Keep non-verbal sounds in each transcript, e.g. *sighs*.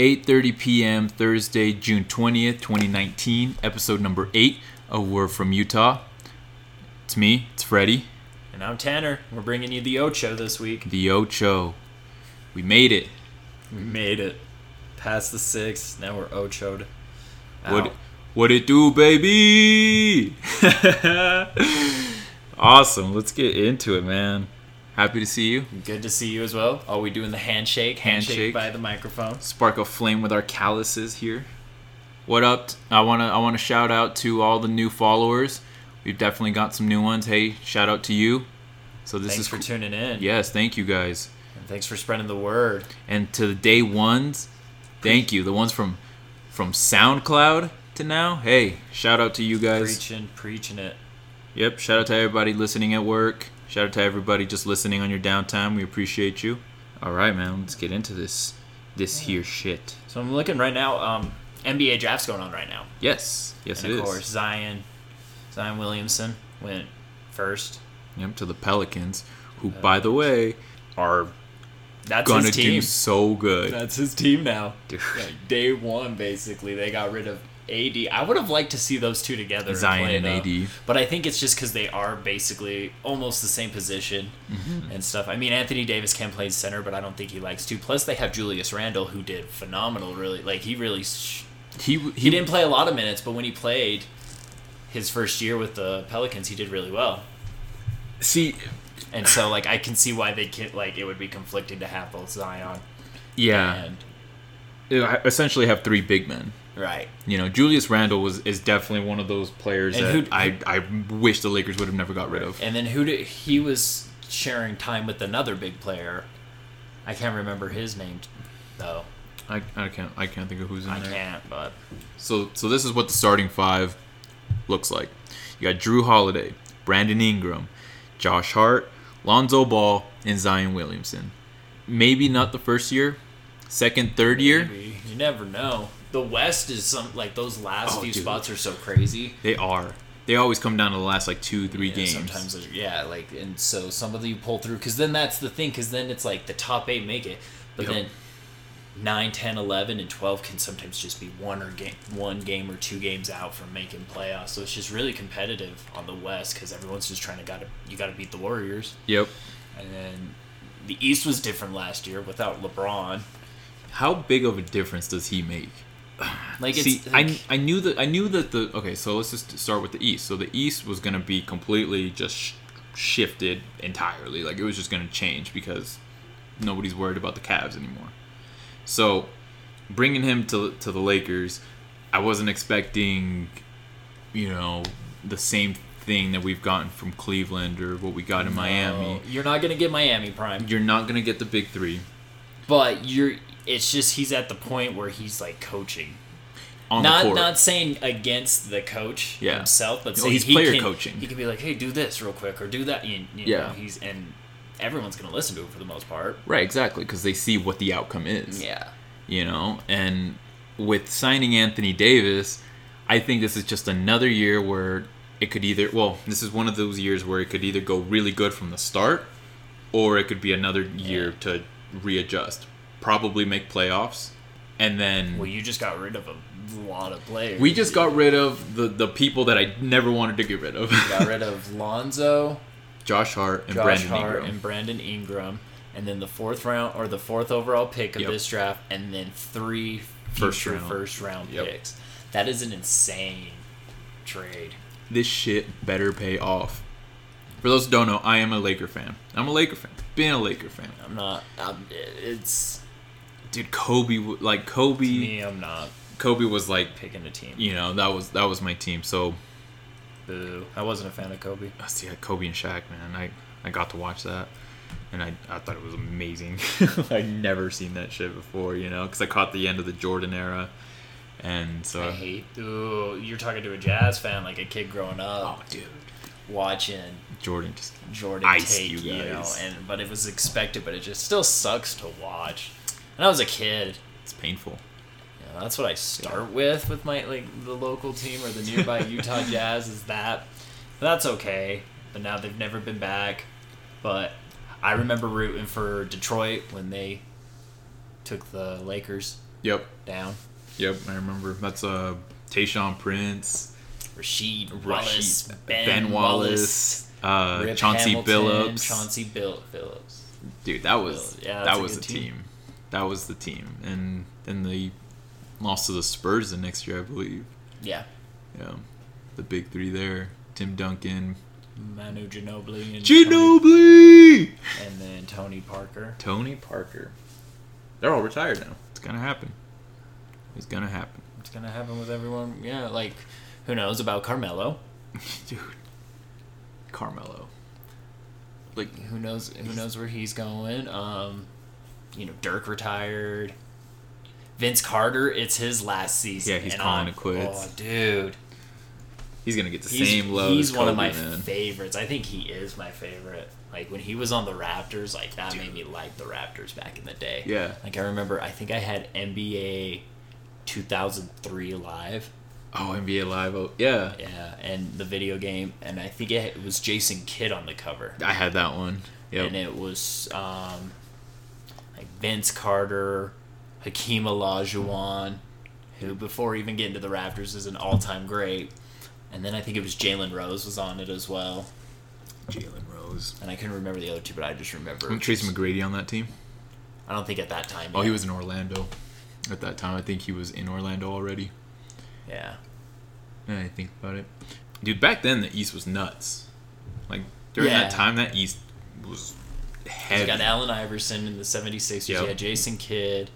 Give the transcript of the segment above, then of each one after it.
8:30 p.m. Thursday, June 20th, 2019, episode number 8 of We're from Utah. It's me, it's Freddie, And I'm Tanner. We're bringing you the Ocho this week. the Ocho. We made it. We Mm-hmm. made it past the six. Now we're Ochoed. What what it do, baby? *laughs* awesome. Let's get into it, man. Happy to see you. Good to see you as well. Are we doing the handshake? Handshake, Handshake. by the microphone. Spark a flame with our calluses here. What up? t- I wanna I wanna shout out to all the new followers. We've definitely got some new ones. Hey, shout out to you. So this thanks is for cool. tuning in. Yes, thank you guys. And thanks for spreading the word. and to the day ones thank you the ones from from soundcloud to now hey shout out to you guys Preaching, preaching it. yep shout out to everybody listening at work shout out to everybody just listening on your downtime we appreciate you all right man let's get into this this here shit So I'm looking right now. Um, NBA draft's going on right now. yes yes and it of is course, Zion, Zion Williamson went first. yep to the pelicans who by the way are That's gonna his team. do so good That's his team now. Dude. Like, day one, basically, they got rid of AD. I would have liked to see those two together, Zion play, and though. AD. But I think it's just because they are basically almost the same position Mm-hmm. and stuff. I mean, Anthony Davis can play center, but I don't think he likes to. Plus, they have Julius Randle, who did phenomenal. Really, like he really sh- he he didn't play a lot of minutes, but when he played his first year with the Pelicans, he did really well. see And so, like, I can see why they can like it would be conflicting to have both Zion yeah and I essentially have three big men right. you know, Julius Randle was is definitely one of those players And that who- I I wish the Lakers would have never got rid of. And then who did he was sharing time with another big player. I can't remember his name though. I, I can't I can't think of who's in I there. can't, but So so this is what the starting five looks like. You got Drew Holiday, Brandon Ingram, Josh Hart, Lonzo Ball, and Zion Williamson. Maybe not the first year, second, third year. maybe. you never know. The West is some like those last Oh, few dude. spots are so crazy. They are. They always come down to the last like two, three Yeah, games. Sometimes, there's- yeah, like and so some of you pull through because then that's the thing because then it's like the top eight make it, but Yep. then. 9 10 11 and 12 can sometimes just be one or game one game or two games out from making playoffs so it's just really competitive on the west because everyone's just trying to gotta you gotta beat the warriors Yep. And then the East was different last year without LeBron. How big of a difference does he make? Like it's See, like, I, I knew that I knew that the okay. So let's just start with the East. So the East was going to be completely just sh- shifted entirely. Like it was just going to change because nobody's worried about the Cavs anymore. So bringing him to to the Lakers, I wasn't expecting, you know, the same thing that we've gotten from Cleveland or what we got in Miami. no, Oh, You're not gonna get Miami prime, You're not going to get the big three. but you're. It's just he's at the point where he's like coaching. On the Not court. not saying against the coach Yeah. himself, but No, saying he's he player can, coaching. He can be like, hey, do this real quick or do that. You, you Yeah. know, he's and everyone's gonna listen to him for the most part. right, exactly, because they see what the outcome is. Yeah. you know and with signing anthony davis i think this is just another year where it could either well this is one of those years where it could either go really good from the start or it could be another year to readjust probably make playoffs and then Well, you just got rid of a lot of players. we just got rid of the, the people that i never wanted to get rid of got rid of Lonzo. *laughs* josh hart *laughs* and Josh brandon Hart ingram and Brandon Ingram, and then the fourth round or the fourth overall pick of Yep. this draft, and then three First future round. first round Yep. picks. That is an insane trade. this shit better pay off for those who don't know i am a laker fan i'm a laker fan been a laker fan I'm not. I'm, it's dude kobe w- like kobe me. I'm not Kobe was like, picking a team. you know, that was that was my team. So Boo. I wasn't a fan of Kobe. I see, like, Kobe and Shaq, man, I I got to watch that, and I I thought it was amazing. *laughs* I'd never seen that shit before, you know, because I caught the end of the Jordan era, and so I hate. Ooh, you're talking to a jazz fan, like a kid growing up, oh, dude, watching Jordan just Jordan Ice, take, you you, know, guys. and but it was expected, but it just still sucks to watch. And I was a kid. it's painful. Yeah, that's what I start with with my like the local team or the *laughs* nearby Utah Jazz is that. That's okay, but now they've never been back. But I remember rooting for Detroit when they took the Lakers. Yep. down. Yep. I remember. That's uh, Tayshawn Prince, Rashid, Wallace, Rashid, Ben, Wallace, Wallace, uh, Rip Chauncey Hamilton, Billups. Chauncey Bill- Phillips. Dude, that was Bill- yeah, that's that a was a good team. team. That was the team, and then they lost to the Spurs the next year, I believe. Yeah. Yeah, the big three there: Tim Duncan, Manu Ginobili and Ginobili, Tony, and then Tony Parker. Tony Parker. They're all retired now. It's gonna happen. It's gonna happen, *laughs* It's gonna happen with everyone. Yeah, like who knows about Carmelo? dude. Carmelo. Like Who knows? Who knows where he's going? Um, you know, Dirk retired. Vince Carter, it's his last season. Yeah, he's and calling I'm- it quits. Oh, dude, he's gonna get the he's, same love. He's as one of Kobe, my man. favorites. I think he is my favorite. Like when he was on the Raptors, like that made me like the Raptors back in the day. Yeah. Like I remember, I think I had NBA 2003 live. Oh, NBA Live. Oh, yeah. Yeah, and the video game, and I think it was Jason Kidd on the cover, I had that one. and Yep. it was um, like Vince Carter, Hakeem Olajuwon, who before even getting to the Raptors is an all-time great, and then I think it was Jalen Rose was on it as well, Jalen Rose. and I couldn't remember the other two, but I just remember. Wasn't Tracy McGrady on that team? I don't think at that time. Oh, yeah. he was in Orlando at that time. I think he was in Orlando already. Yeah. Now that I think about it, dude. Back then, the East was nuts. Like during Yeah. that time, that East was You heavy. got Allen Iverson in the 76ers. Yep. You had Jason Kidd.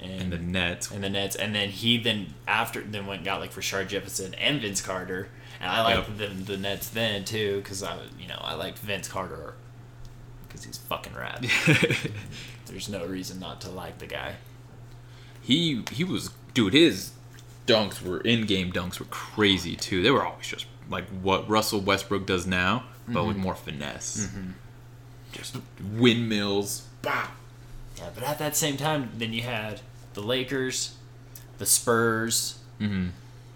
and the Nets. and the Nets, and then he then after then went and got like Rashard Jefferson and Vince Carter, and I liked Yep. the, the Nets then too because I you know I liked Vince Carter because he's fucking rad. There's no reason not to like the guy. *laughs* he he was dude. His dunks were in game dunks were crazy too. They were always just like what Russell Westbrook does now, but Mm-hmm. with more finesse. Just windmills. Bah. Yeah, but at that same time, then you had the Lakers, the Spurs.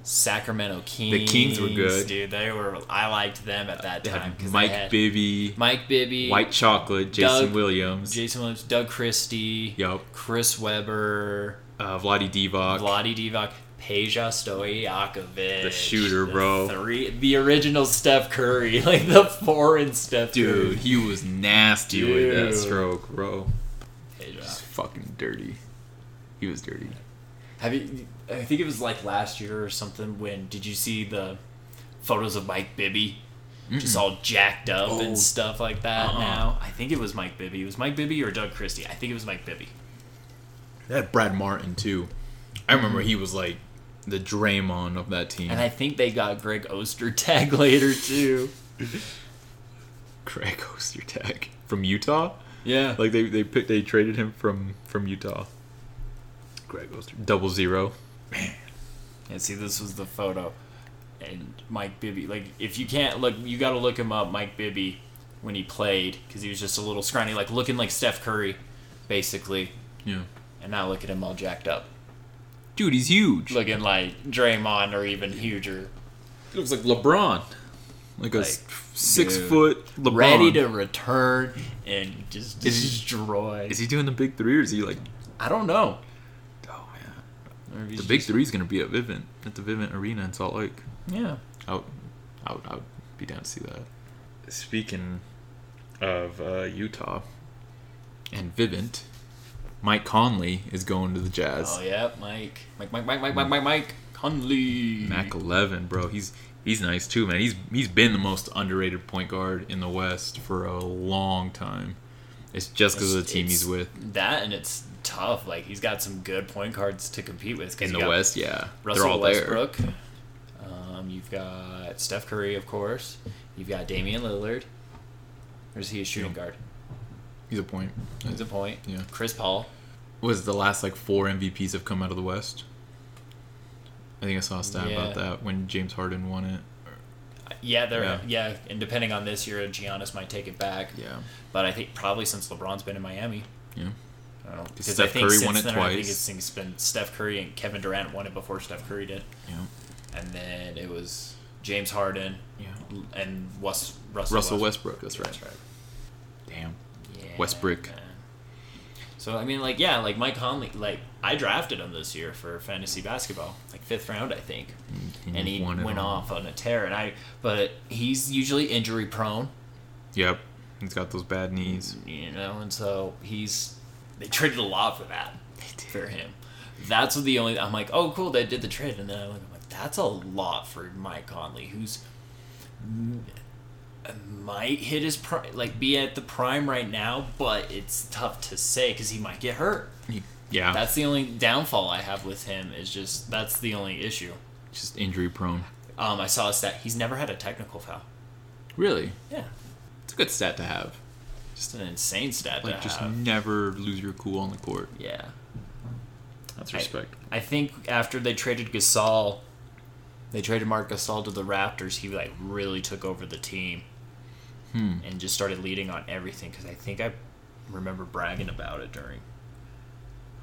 Sacramento Kings. Mm-hmm. Kings were good. dude. They were. I liked them at that They time had because Mike they had Bibby, Mike Bibby, White Chocolate, Jason Doug- Williams, Jason Williams, Doug Christie, Yup. Chris Webber, uh, Vladi Divac. Vladi Divac, Peja Stojakovic, The shooter, bro. Three, the original Steph Curry, *laughs* like the foreign Steph Dude, he was nasty with that Dude. stroke, bro. Curry. Just Peja. fucking dirty. He was dirty. Have you? I think it was like last year or something. When did you see the photos of Mike Bibby? Just all jacked up Oh. and stuff like that. Uh-uh. Now I think it was Mike Bibby. It was Mike Bibby or Doug Christie. I think it was Mike Bibby. They had Brad Martin too. I remember he was like the Draymond of that team. And I think they got Greg Oster *laughs* tag later too. Craig Ostertag from Utah. Yeah. Like they they picked they traded him from from Utah. Greg Oster double zero. And see, this was the photo. And Mike Bibby, like, if you can't look, you got to look him up, Mike Bibby, when he played, because he was just a little scrawny, like looking like Steph Curry, basically. Yeah. And now look at him all jacked up, Dude, he's huge. looking like Draymond or even huger, he looks like LeBron. Like a Like, s- six dude. foot LeBron. ready to return and just Is he- destroy. Is he doing the big three or is he like? I don't know. Oh man. Or if he's The big just- three is gonna be at Vivint at the Vivint Arena in Salt Lake. yeah. I would, I would, I would be down to see that. Speaking of uh, Utah and Vivint, Mike Conley is going to the Jazz. Oh yeah, Mike, Mike, Mike, Mike, Mike, Mike, Mike, Mike Conley. Hmm. Mac eleven, bro. He's he's nice too, man. He's he's been the most underrated point guard in the West for a long time. It's just because of the It's- team he's it's with That and it's tough. Like he's got some good point guards to compete with. 'cause in you the got West. Yeah, Russell they're all there. Westbrook. Um, you've got Steph Curry, of course. You've got Damian Lillard. Or is he a shooting guard? He's a point. He's a point. Yeah. Chris Paul. Was the last like four MVPs have come out of the West? I think I saw a stat about Yeah. that when James Harden won it. Yeah, they're Yeah. yeah. and depending on this year, Giannis might take it back. Yeah. But I think probably since LeBron's been in Miami. Yeah. I don't know. Because I Steph think Curry since won it then, I think twice. it's, it's been Steph Curry and Kevin Durant won it before Steph Curry did. Yeah. And then it was James Harden Yeah. and Wes, Russell, Russell Westbrook. Westbrook. That's right. Damn. Yeah, Westbrook. man. So I mean, like, yeah, like Mike Conley, like I drafted him this year for fantasy basketball, like fifth round, I think, And he and he Mm-hmm. won it went all. off on a tear. And I, but he's usually injury prone, Yep. He's got those bad knees. you know, and so he's they traded a lot for that for him. That's the only I'm like, oh cool, they did the trade, and then I look, I'm like, that's a lot for Mike Conley, who's m- might hit his prime, like be at the prime right now, but it's tough to say because he might get hurt. He- yeah. That's That's the only downfall I have with him is just that's the only issue. just injury prone. Um, I saw a stat he's never had a technical foul. Really, Yeah, it's a good stat to have. just an insane stat Like, to just have. never lose your cool on the court. yeah. That's I- respect. I think after they traded Gasol, they traded Mark Gasol to the Raptors. He like really took over the team Hmm. and just started leading on everything. Because I think I remember bragging about it during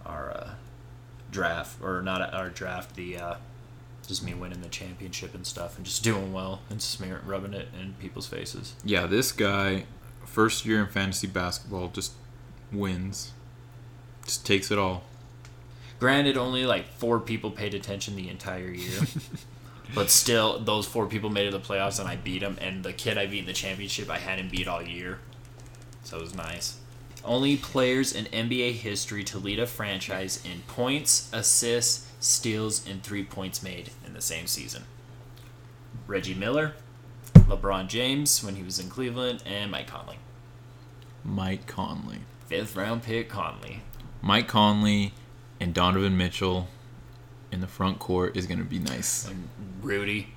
our uh, draft, or not our draft, the uh, just me winning the championship and stuff, and just doing well and smearing, rubbing it in people's faces. Yeah, this guy, first year in fantasy basketball, just wins. Just takes it all. Granted, only like four people paid attention the entire year. but still, those four people made it to the playoffs and I beat them. And the kid I beat in the championship, I hadn't beat all year. So it was nice. Only players in NBA history to lead a franchise in points, assists, steals, and three points made in the same season Reggie Miller, LeBron James when he was in Cleveland, and Mike Conley. Mike Conley. Fifth round pick Conley. Mike Conley and Donovan Mitchell in the front court is going to be nice. And Rudy.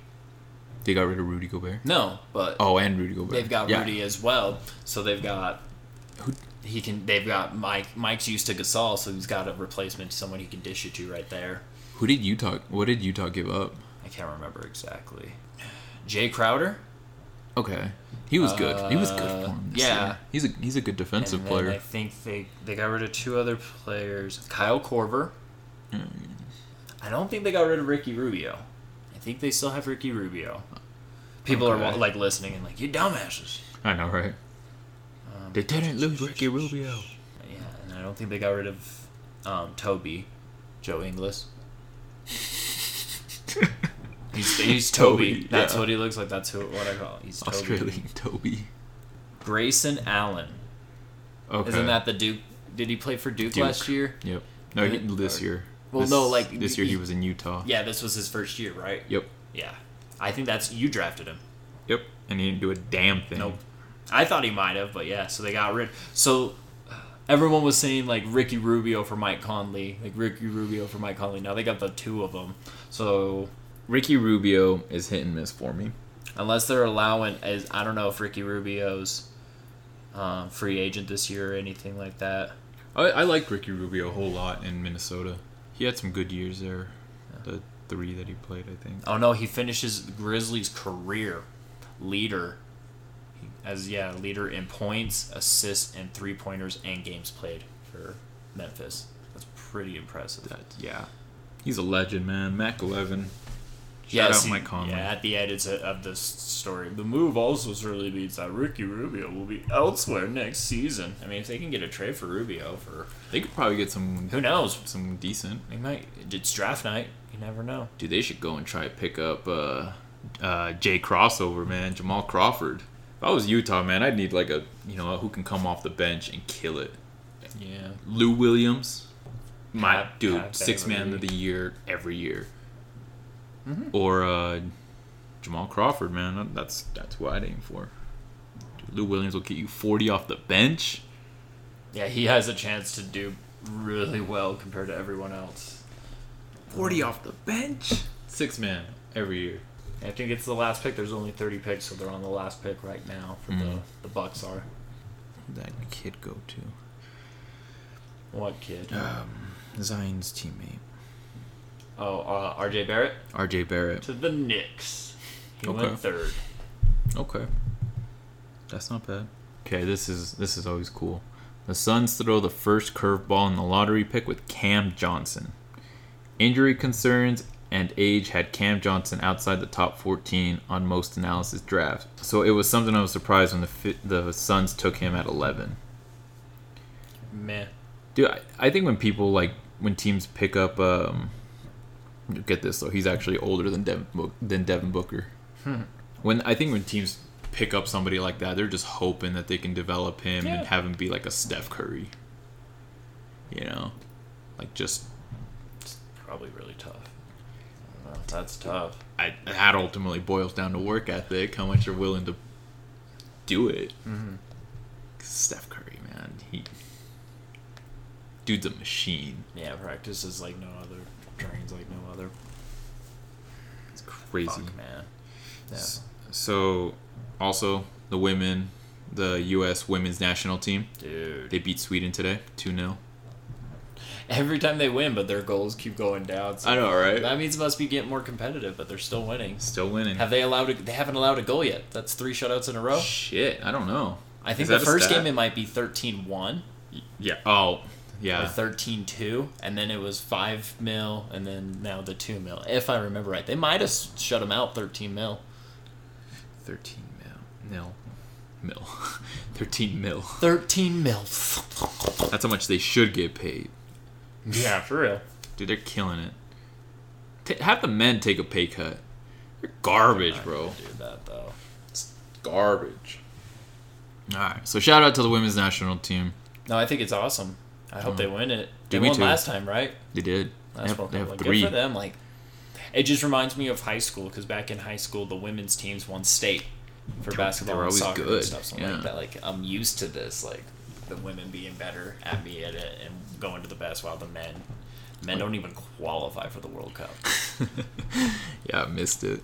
They got rid of Rudy Gobert. No, but Oh, and Rudy Gobert. They've got Yeah. Rudy as well, so they've got Who- he can. They've got Mike. Mike's used to Gasol, so he's got a replacement, someone he can dish it to right there. Who did Utah? What did Utah give up? I can't remember exactly. Jay Crowder. Okay, he was good. He was good for him. This Uh, yeah. year. he's a he's a good defensive and then I player. think they they got rid of two other players. Kyle Korver. Hmm. I don't think they got rid of Ricky Rubio. I think they still have Ricky Rubio. People are Okay. wa- like listening and like you dumbasses. I know, right? Um, they didn't lose Ricky Rubio. Yeah, and I don't think they got rid of um, Toby, Joe *laughs* Inglis. he's he's Toby. Toby, That's yeah. what he looks like. That's who what I call. Him. He's Toby. Australian *laughs* Toby. Grayson Allen. Okay, Isn't that the Duke? Did he play for Duke, Duke. last year? Yep. No, he, this year. Well, This- no, like, this year he he- was in Utah. Yeah, this was his first year, right? Yep. Yeah, I think that's you drafted him. Yep. And he didn't do a damn thing. Nope. I thought he might have, but yeah. So they got rid. So everyone was saying like Ricky Rubio for Mike Conley, like Ricky Rubio for Mike Conley. Now they got the two of them. So Ricky Rubio is hit and miss for me. unless they're allowing as I don't know if Ricky Rubio's um, free agent this year or anything like that. I, I liked Ricky Rubio a whole lot in Minnesota. He had some good years there. The three that he played, I think. Oh no, he finishes Grizzlies' career leader he- as yeah leader in points, assists, and three pointers and games played for Memphis. That's pretty impressive. That yeah, he's a legend, man. Mac Eleven. Shout out see- Mike Conley. Yeah, at the end it's a, of this story. The move also certainly means that Ricky Rubio will be elsewhere next season. I mean, if they can get a trade for Rubio, for They could probably get some who knows, some decent. they might. It's draft night. You never know. Dude, they should go and try to pick up uh, uh, Jay Crossover, man. Jamal Crawford. If I was Utah, man, I'd need like a you know who can come off the bench and kill it. Yeah. Lou Williams, my Pat- dude, Pat six man Beverly. of the year every year. Or uh, Jamal Crawford, man. That's that's what I'd aim for. Dude, Lou Williams will get you forty off the bench. Yeah, he has a chance to do really well compared to everyone else. Forty off the bench. Six man every year. I think it's the last pick. There's only 30 picks, so they're on the last pick right now for Mm-hmm. the the Bucks are. Who'd that kid go to? What kid? Um, Zion's teammate, Oh, uh, R.J. Barrett R.J. Barrett. to the Knicks. He Okay. went third. Okay, that's not bad. Okay, this is this is always cool. The Suns throw the first curveball in the lottery pick with Cam Johnson. Injury concerns and age had Cam Johnson outside the top 14 on most analysis drafts, so it was something I was surprised when the fi- the Suns took him at 11. Meh. Dude, I, I think when people like when teams pick up. Um, get this though, he's actually older than Devin, Book- than Devin Booker. Hmm. When I think when teams pick up somebody like that, they're just hoping that they can develop him Yeah. and have him be like a Steph Curry. You know, like just Probably really tough. I don't know. That's tough. I, that ultimately boils down to work ethic, how much you're willing to do it. mm Mm-hmm. Steph Curry, man, he dude's a machine. Yeah, practice is like no other. Trains like no other. It's crazy. Fuck, man. Yeah. S- So, also the women, the U.S. women's national team, Dude. they beat Sweden today, two 0 Every time they win, but their goals keep going down. So I know, right? That means it must be getting more competitive, but they're still winning. Still winning. Have they allowed? A, they haven't allowed a goal yet. That's three shutouts in a row. Shit, I don't know. I Is think that the a first stat? game it might be 13-1 yeah. Oh, or yeah. 13-2, and then it was five mil, and then now the two mil. If I remember right, they might have s- shut them out thirteen mil, Thirteen mil. Nil. Mil. *laughs* Thirteen mil. thirteen *laughs* mil. That's how much they should get paid. yeah, for real. Dude, they're killing it. Ta have the men take a pay cut. They're garbage, bro. Do that though. Garbage. All right. So shout out to the women's national team. No, I think it's awesome. I hope they win it. They Dude, Hmm. me won too. last time, right? They did. They That's have, they have like, three. Good for them. Like, it just reminds me of high school because back in high school, the women's teams won state for basketball were and always soccer good, and stuff. So yeah. like that, like I'm used to this, like the women being better at me at it and going to the best, while the men, men don't even qualify for the World Cup. *laughs* Yeah, I missed it.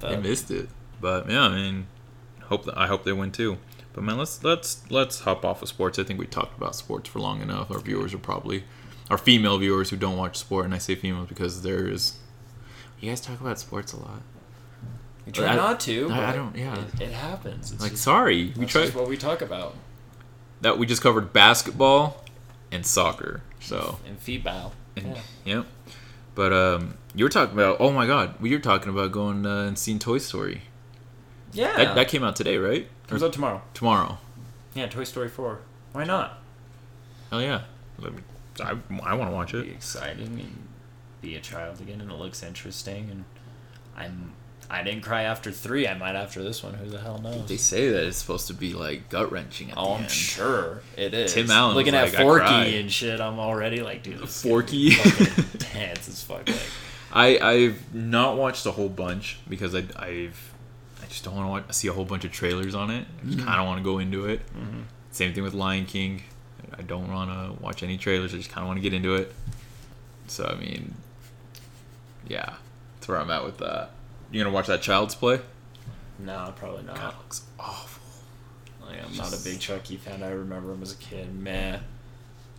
They But- missed it. But yeah, I mean, hope I hope they win too. But man, let's let's let's hop off of sports. I think we talked about sports for long enough. Our viewers are probably our female viewers who don't watch sport, and I say female because there is. You guys talk about sports a lot. we try I- not to. I- I but don't- yeah. It, it happens. It's Like, just, sorry, we that's tried just what we talk about that. We just covered basketball and soccer. So in feedback. And, Yeah. Yep. But um, you were talking about. Oh my God, we were talking about going uh, and seeing Toy Story. yeah. That, that came out today, right? Or comes out tomorrow. tomorrow. Yeah, Toy Story Four. Why not? Hell yeah. Let me- I, I want to watch be it. exciting and be a child again and it looks interesting and I'm I didn't cry after three, I might after this one, who the hell They knows? say that it's supposed to be like gut wrenching at Oh, the I'm end. sure it is. Tim Allen looking was like, at I cried. Forky and shit, I'm already like, dude, this is gonna Forky? be fucking *laughs* intense as fuck. Like, I I've not watched a whole bunch because I I've I just don't want to watch, see a whole bunch of trailers on it. I just kind of want to go into it. Same thing with Lion King. I don't want to watch any trailers. I just kind of want to get into it. So I mean, yeah, that's where I'm at with that. You gonna watch that Child's Play? no, probably not. God, it looks awful. Like, I'm not a big Chucky fan. I remember him as a kid. Meh.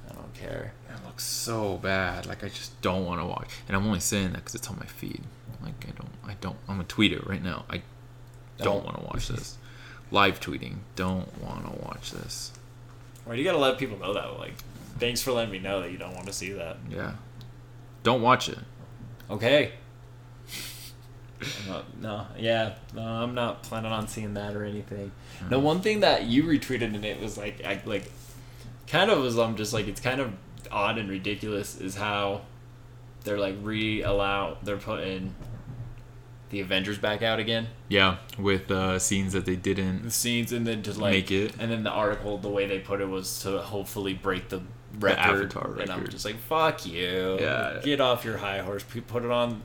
I don't care. It looks so bad. Like I just don't want to watch. And I'm only saying that because it's on my feed. Like I don't. I don't. I'm gonna tweet it right now. I don't Don't. want to watch this. Live tweeting. Don't want to watch this. Right, you gotta let people know that. Like, thanks for letting me know that you don't want to see that. Yeah. Don't watch it. Okay. I'm not- no, yeah, no, I'm not planning on seeing that or anything. Mm-hmm. No, one thing that you retweeted and it was like, I like, kind of was I'm just like it's kind of odd and ridiculous is how they're like re allow they're putting the Avengers back out again Yeah, with uh, scenes that they the didn't. scenes and then to like Make it. and then the article the way they put it was to hopefully break the record Avatar and I'm record. just like fuck you Yeah. get off your high horse P- put it on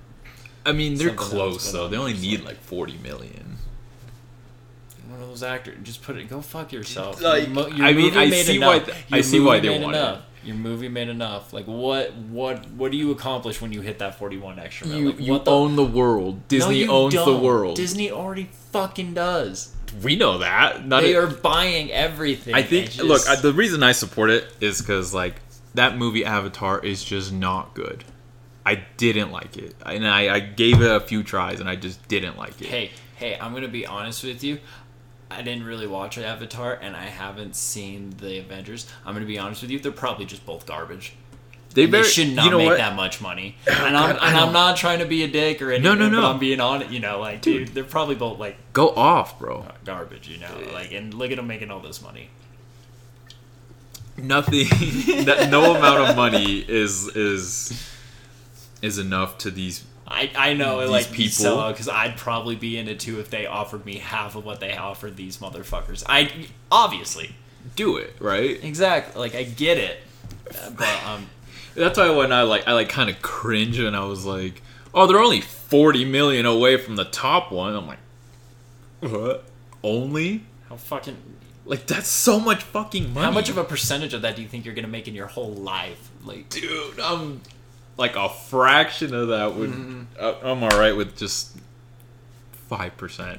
I mean, they're Something else close going though. on. They only need like 40 million. One of those actors. Just put it. Go fuck yourself. Like, I mean, I see why th- I see why they made wanted it. enough. Your movie made enough. Like what? What? What do you accomplish when you hit that forty-one extra? mil? You, like, you what the- own the world. No, Disney you owns the don't. world. Disney already fucking does. we know that. Not They a- are buying everything. I think. just- Look, I, the reason I support it is because like that movie Avatar is just not good. I didn't like it, and I, I gave it a few tries, and I just didn't like it. hey, hey, I'm gonna be honest with you. I didn't really watch Avatar, and I haven't seen the Avengers. I'm gonna be honest with you. They're probably just both garbage. they, They better- should not you know make what? that much money. And I'm, God, I and I'm don't- not trying to be a dick or anything. no, but no. I'm being honest. You know, like, dude, they're probably both like Go off, bro. garbage. You know, like, and look at them making all this money. nothing *laughs* that no amount of money is is is enough to these I, I know These like people- people because I'd probably be into two if they offered me half of what they offered these motherfuckers. I obviously do it right exactly like I get it, Uh, *sighs* but um that's why when i like i like kind of cringe and i was like oh they're only 40 million away from the top one i'm like what only how fucking like that's so much fucking money how much of a percentage of that do you think you're gonna make in your whole life? Like dude i'm like a fraction of that would Mm-hmm. I- i'm all right with just 5%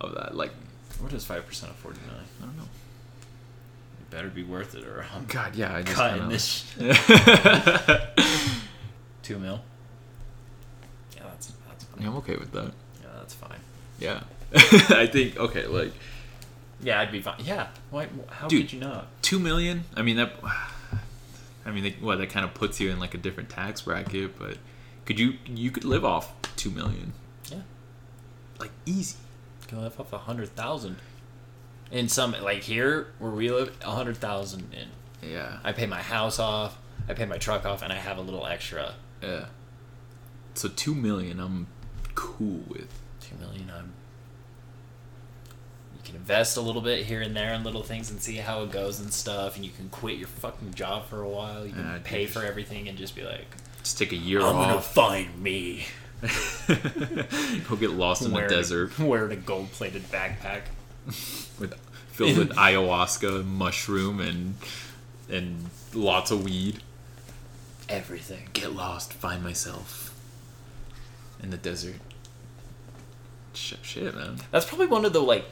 of that like what is five percent of forty million? i don't know It better be worth it or I'm god yeah i just cutting kinda, this sh- two mil. Yeah, that's that's fine. *laughs* Yeah, i'm okay with that Yeah, that's fine. yeah *laughs* i think okay like Yeah, I'd be fine. Yeah, why? How Dude. could you not? two million. I mean that. *sighs* I mean, they, well, that kind of puts you in like a different tax bracket, but could you you could live off two million Yeah. like easy? Can live off a hundred thousand. In some like here where we live, a hundred thousand in. Yeah, I pay my house off, I pay my truck off, and I have a little extra yeah. So two million, I'm cool with. two million. I'm. You can invest a little bit here and there in little things and see how it goes and stuff, and you can quit your fucking job for a while. You can Yeah, I pay think- for everything and just be like, Just take a year "I'm gonna off. find me." Go get lost in the Wearing- desert *laughs* wearing a gold-plated backpack. with filled *laughs* with ayahuasca, mushroom, and and lots of weed. Everything. Get lost, find myself in the desert. Shit, shit man. That's probably one of the like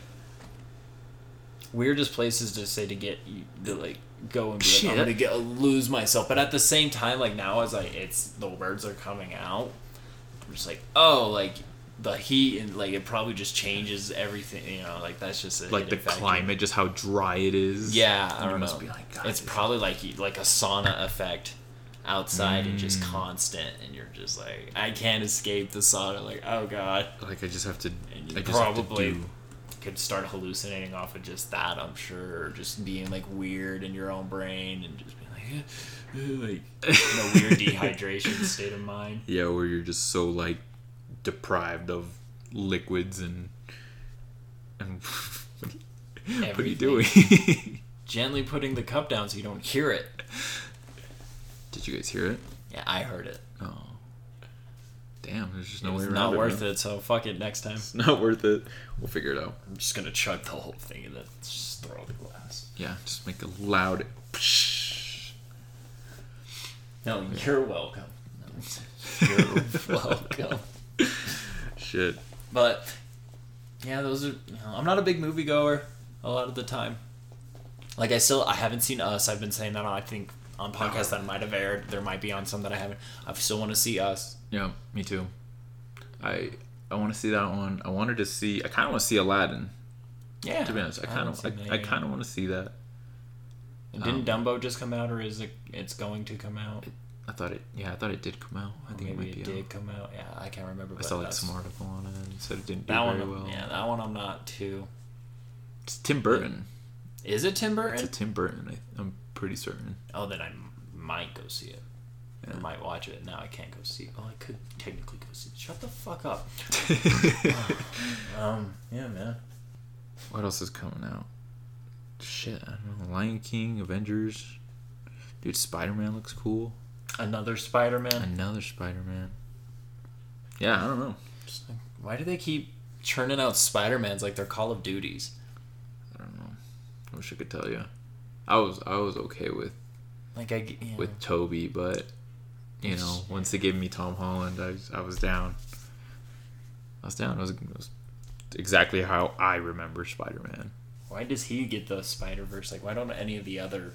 weirdest places to say to get you to like go and be like, Shit, I'm that- gonna get, lose myself. But at the same time, like now as like it's the words are coming out, I'm just like oh like the heat and like it probably just changes everything. You know, like that's just a like the hidden factor. climate, just how dry it is. Yeah, I You don't must know. be like, God, it's this- probably like you- like a sauna effect outside and just constant and you're just like I can't escape the sauna like oh god Like I just have to. And you I just have to probably- do- could start hallucinating off of just that, I'm sure, or just being like weird in your own brain and just being like, *laughs* eh, eh, like in a weird dehydration state of mind. Yeah, where you're just so like deprived of liquids and and *laughs* what are you Everything. doing? Gently putting the cup down so you don't hear it. *laughs* Did you guys hear it? Yeah, I heard it. Oh, damn! There's just no it way was around not it. worth man. it, so fuck it next time. It's not worth it. We'll figure it out. I'm just gonna chug the whole thing and then just throw the glass. Yeah, just make a loud. *laughs* No, you're welcome. *laughs* No, you're welcome. Shit. But yeah, those are. You know, I'm not a big moviegoer a lot of the time. Like I still, I haven't seen Us. I've been saying that. On, I think on podcasts that might have aired, there might be on some that I haven't. I still want to see Us. Yeah, me too. I I want to see that one. I wanted to see. I kind of want to see Aladdin. Yeah. To be honest, I kind of I, I kind of want to see that. of. Didn't Dumbo just come out, or is it? It's going to come out. I thought it. Yeah, I thought it did come out. I think it Maybe might it, be. did out. come out. Yeah, I can't remember. I But saw like that's- some article on it and said it didn't do That very one, well. yeah, that one I'm not too. It's Tim Burton. Is it Tim Burton? It's a Tim Burton. I, I'm pretty *laughs* certain. Oh, then I m- might go see it. I might watch it. Now I can't go see it. Well, I could technically go see it. Shut the fuck up. um, yeah, man. what else is coming out? Shit, I don't know. Lion King, Avengers. Dude, Spider Man looks cool. Another Spider Man. Another Spider Man. Yeah, I don't know. Why do they keep churning out Spider Mans like they're Call of Duties? I don't know. I wish I could tell you. I was I was okay with Like I, g- yeah. with Toby, but you know, once they gave me Tom Holland, I was, I was down. I was down. It was, it was exactly how I remember Spider Man. why does he get the Spider Verse? Like why don't any of the other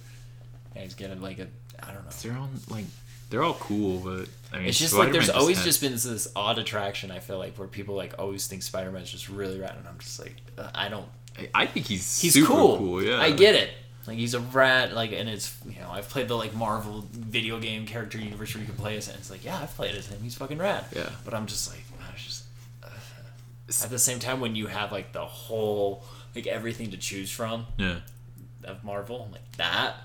guys get it? Like a I don't know. They're all like, they're all cool, but I mean, It's just like Spider-Man there's always had- just been this odd attraction I feel like where people like always think Spider Man's just really rat, and I'm just like uh, I don't I- I think he's he's super cool. cool. Yeah, I get it. Like he's a rat. Like and it's you know I've played the like Marvel video game character universe where you can play as, and it's like yeah I've played as him. He's fucking rad. Yeah. But I'm just like I was just. Uh, at the same time, when you have like the whole like everything to choose from Yeah, of Marvel, I'm like that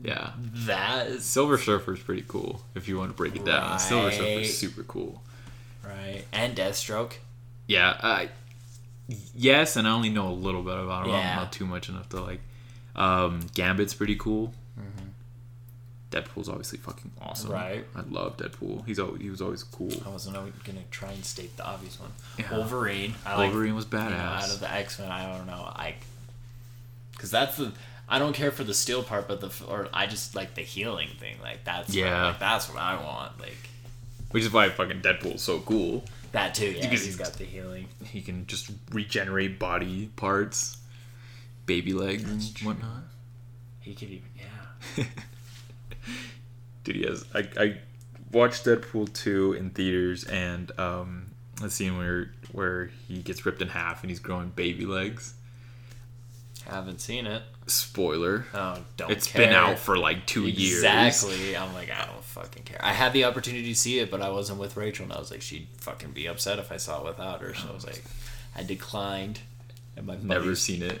Yeah. That is Silver Surfer's pretty cool if you want to break it down. Silver Right. Surfer's super cool. right. And Deathstroke. Yeah, I yes, and I only know a little bit about him. Yeah. I'm not too much enough to like. Um, Gambit's pretty cool. Deadpool's obviously fucking awesome. Mm-hmm. Right. I love Deadpool. He's always, he was always cool. I wasn't gonna try and state the obvious one. Yeah. Wolverine. I like Wolverine was badass. you know, out of the X Men. I don't know. I because that's the. I don't care for the steel part, but the f- or I just like the healing thing. Like that's Yeah. What, like, that's what I want. Like Which is why fucking Deadpool's so cool. that too. Yeah, Because he's- he's got the healing. He can just regenerate body parts, baby legs and Mm-hmm. whatnot. He could even yeah. Dude, he has. I, I watched Deadpool two in theaters, and um, the scene where where he gets ripped in half and he's growing baby legs. Haven't seen it. Spoiler. Oh, don't. It's care. been out for like two years. Exactly. I'm like, I don't fucking care. I had the opportunity to see it, but I wasn't with Rachel, and I was like, she'd fucking be upset if I saw it without her. So I was like, I declined. And my Never buddies- seen it.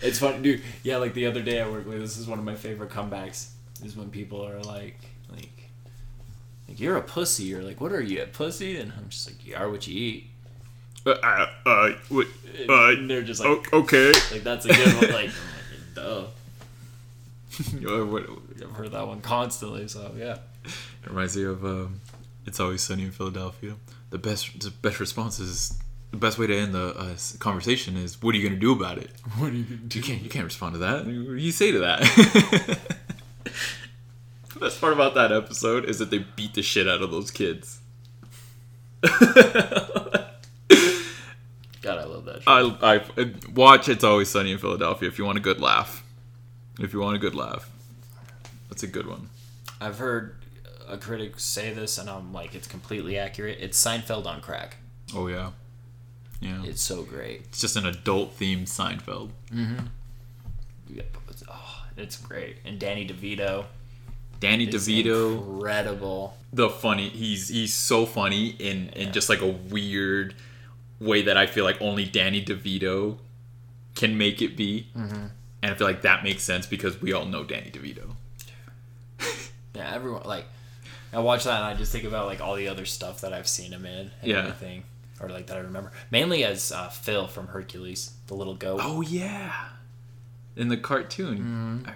It's funny, dude. Yeah, like the other day I worked with. This is one of my favorite comebacks. Is when people are like, like, like you're a pussy. You're like, what are you, a pussy? And I'm just like, you are what you eat. *laughs* uh, uh, uh, what- And uh, they're just like, o- okay. *laughs* like that's a good one. Like, *laughs* I'm like, duh. Uh, what- I've heard that one constantly. So yeah. It reminds me of um, "It's Always Sunny in Philadelphia." The best, the best response is the best way to end the uh, s- conversation is, "What are you gonna do about it?" What are you gonna You can't, you can't respond to that. What do you say to that? *laughs* the best part about that episode is that they beat the shit out of those kids. God, I love that. Shit. I, I watch It's Always Sunny in Philadelphia if you want a good laugh. If you want a good laugh, that's a good one. I've heard a critic say this, and I'm like, it's completely accurate. It's Seinfeld on crack. Oh yeah, yeah. It's so great. It's just an adult themed Seinfeld. Yep. It's, oh, it's great. And Danny DeVito. Danny is DeVito, Incredible. the funny. He's he's so funny in in just like a weird way that I feel like only Danny DeVito can make it be, Mm-hmm. and I feel like that makes sense because we all know Danny DeVito. Yeah, everyone like. I watch that and I just think about like all the other stuff that I've seen him in and Yeah. everything, or like that I remember. Mainly as uh, Phil from Hercules, the little goat. Oh yeah, in the cartoon. I-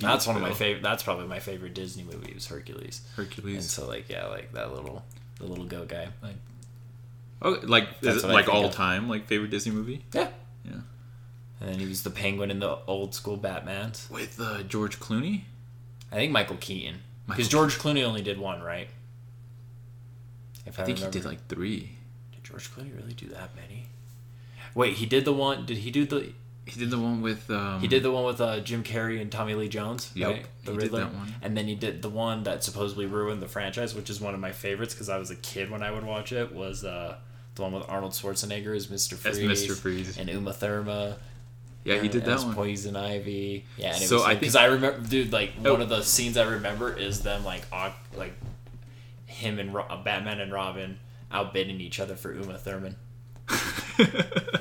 Mm-hmm. that's one of my Phil. favorite. That's probably my favorite Disney movie was Hercules. And Hercules. so like yeah, like that little, the little goat guy. Like Oh, like That's is it what I like think all of. time like favorite Disney movie? yeah. Yeah. And then he was the penguin in the old school Batman. With uh, George Clooney. I think Michael Keaton. Michael Because George Clooney only did one, right? If I think he remember- did like three. Did George Clooney really do that many? Wait, he did the one. Did he do the? He did the one with. Um, He did the one with uh, Jim Carrey and Tommy Lee Jones. Yep, right? the he did Riddler. that one. And then he did the one that supposedly ruined the franchise, which is one of my favorites because I was a kid when I would watch it. Was uh, the one with Arnold Schwarzenegger as Mr. As Freeze, Mr. Freeze. and Uma Thurma. Yeah, he did and that it's one. Poison Ivy. Yeah, and it So was I like, because think- I remember, dude, like Oh. one of the scenes I remember is them like au- like him and Ro- uh, Batman and Robin outbidding each other for Uma *laughs* Thurman. It's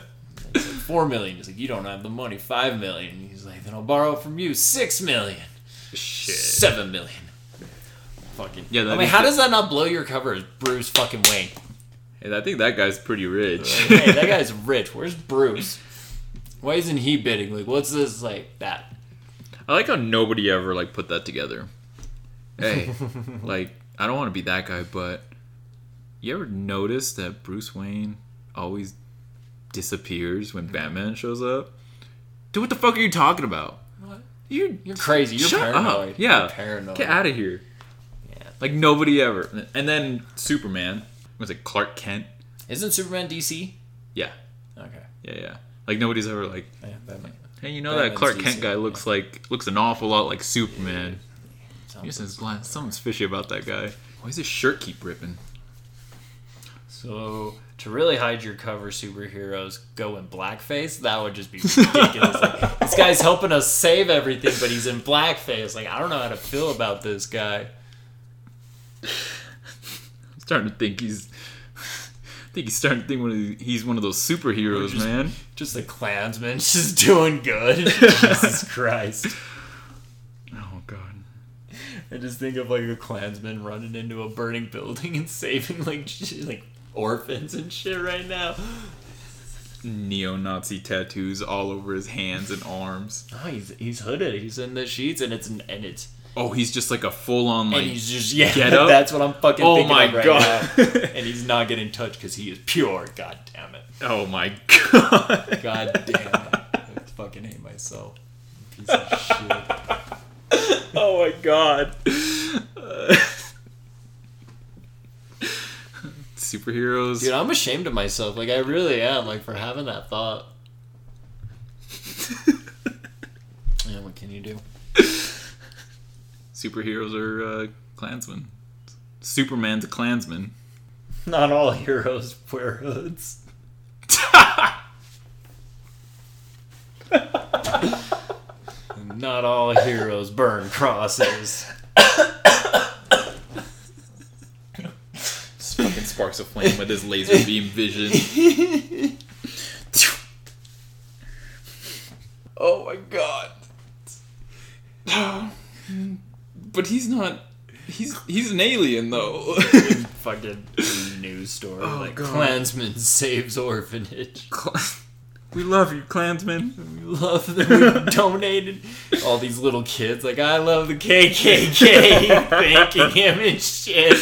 like, Four million. He's like, you don't have the money. Five million. He's like, then I'll borrow from you. Six million. Shit. Seven million. Fucking. Yeah, that I mean, is how the- does that not blow your cover? as Bruce fucking Wayne. And I think that guy's pretty rich. *laughs* hey, that guy's rich. Where's Bruce? Why isn't he bidding? Like, what's this like that? I like how nobody ever like put that together. Hey, *laughs* like I don't want to be that guy, but you ever notice that Bruce Wayne always disappears when Batman shows up? Dude, what the fuck are you talking about? What? You You're crazy. You're shut paranoid. up. Yeah, You're paranoid. Get out of here. Yeah. Like nobody ever. And then Superman was it Clark Kent? Isn't Superman DC? Yeah, Okay. yeah, yeah. Like nobody's ever like, Yeah, that might- hey, you know that Batman's Clark DC, Kent guy looks like looks an awful lot like Superman. Yes, it's blind. Something's fishy about that guy. Why does his shirt keep ripping? So to really hide your cover superheroes go in blackface, that would just be ridiculous. like, this guy's helping us save everything, but he's in blackface. Like I don't know how to feel about this guy. I'm starting to think he's. *laughs* I think he's starting to think one of the, he's one of those superheroes, just- man. *laughs* Just a Klansman, just doing good. Jesus Christ. Oh, I just think of like a Klansman running into a burning building and *laughs* saving like sh- like orphans and shit right now. Neo-Nazi tattoos all over his hands and arms. Oh, he's he's hooded. He's in the sheets, and it's and it's Oh, he's just like a full-on like and he's just yeah. get up? *laughs* That's what I'm fucking. Oh thinking my of right God. Now. *laughs* and he's not getting touched because he is pure. God damn it. Oh my *laughs* god. God damn it. I *laughs* fucking hate myself. Piece of shit. Oh my god. Superheroes. Dude, I'm ashamed of myself. Like I really am. Like for having *laughs* that thought. yeah, what can you do? Superheroes are uh, Klansmen. Superman's a Klansman. *laughs* Not all heroes wear hoods. Not all heroes burn crosses. Just fucking sparks a flame with his laser beam vision. *laughs* oh my god. *laughs* but he's not. He's he's an alien *laughs* though. Fucking news story. like Oh, God. Klansman saves orphanage. *laughs* we love you, Klansman. We love that *laughs* we donated all these little kids. Like I love the KKK *laughs* thanking him and shit.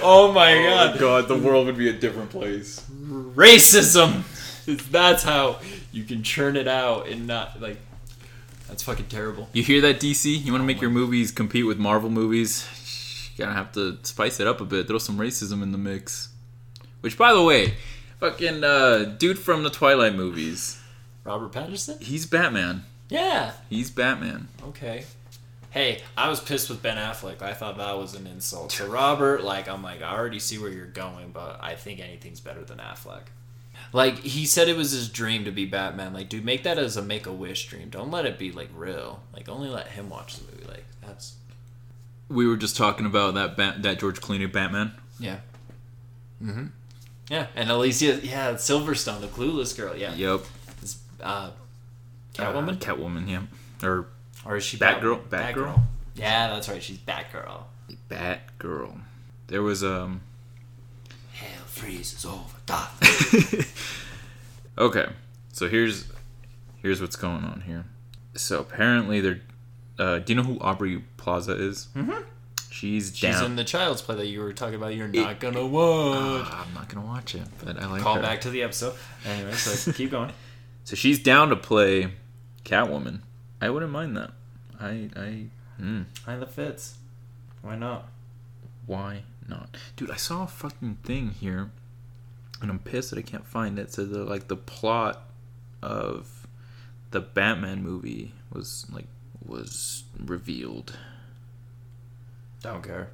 Oh my god. God, the world would be a different place. racism. *laughs* That's how you can churn it out and not like. That's fucking terrible. You hear that, DC? You want to make your movies compete with Marvel movies? You gotta have to spice it up a bit. Throw some racism in the mix. Which, by the way, fucking uh, dude from the Twilight movies. Robert Pattinson. He's Batman. Yeah. He's Batman. Okay. Hey, I was pissed with Ben Affleck. I thought that was an insult to Robert. Like, I'm like, I already see where you're going, but I think anything's better than Affleck. Like, he said it was his dream to be Batman. Like, dude, make that as a make a wish dream. Don't let it be, like, real. Like, only let him watch the movie. Like, that's. We were just talking about that Bat- that George Clooney Batman. Yeah. Mm-hmm. Mm hmm. Yeah, and Alicia, yeah, Silverstone, the clueless girl, yeah. Yep. is Uh, uh, Catwoman, Catwoman. Yeah. Or or is she Batgirl- Bat- Batgirl? Yeah, that's right. She's Batgirl. Batgirl. There was *laughs* um. Hell freezes over Gotham. Okay, so here's here's what's going on here. So apparently they're. Uh, do you know who Aubrey Plaza is? Mm-hmm. She's down. She's in the Child's Play that you were talking about. You're not gonna watch. Ah, I'm not gonna watch it, but I like Call her. back to the episode. *laughs* Anyway, so keep going. So she's down to play Catwoman. I wouldn't mind that. I I mm, I the fits. Why not? why not, dude? I saw a fucking thing here, and I'm pissed that I can't find it. So that like the plot of the Batman movie was like was revealed. Don't care.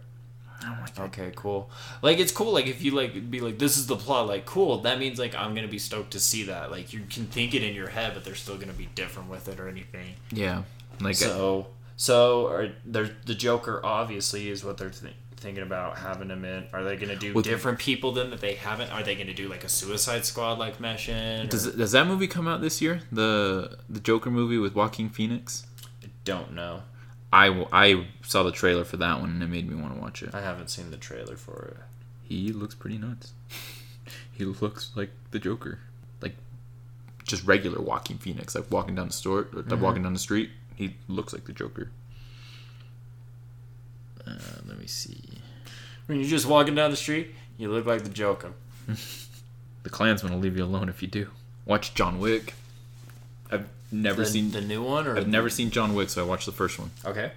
Oh my god. Okay, cool. Like it's cool. Like if you like be like, this is the plot. Like cool. That means like I'm gonna be stoked to see that. Like you can think it in your head, but they're still gonna be different with it or anything. Yeah, like So, so are there the Joker? Obviously, is what they're th- thinking about having him in. Are they going to do With- different people then that they haven't? Are they going to do like a Suicide Squad like mesh in? Does or- does that movie come out this year? The the Joker movie with Joaquin Phoenix. I don't know. I, w- I saw the trailer for that one and it made me want to watch it. I haven't seen the trailer for it. He looks pretty nuts. he looks like the Joker, like just regular Joaquin Phoenix, like walking down the store, or walking down the street. He looks like the Joker. Uh, let me see. When you're just walking down the street, you look like the Joker. The Klansman will leave you alone if you do. Watch John Wick. I've never The, seen. the new one, or I've never seen John Wick, so I watched the first one. Okay,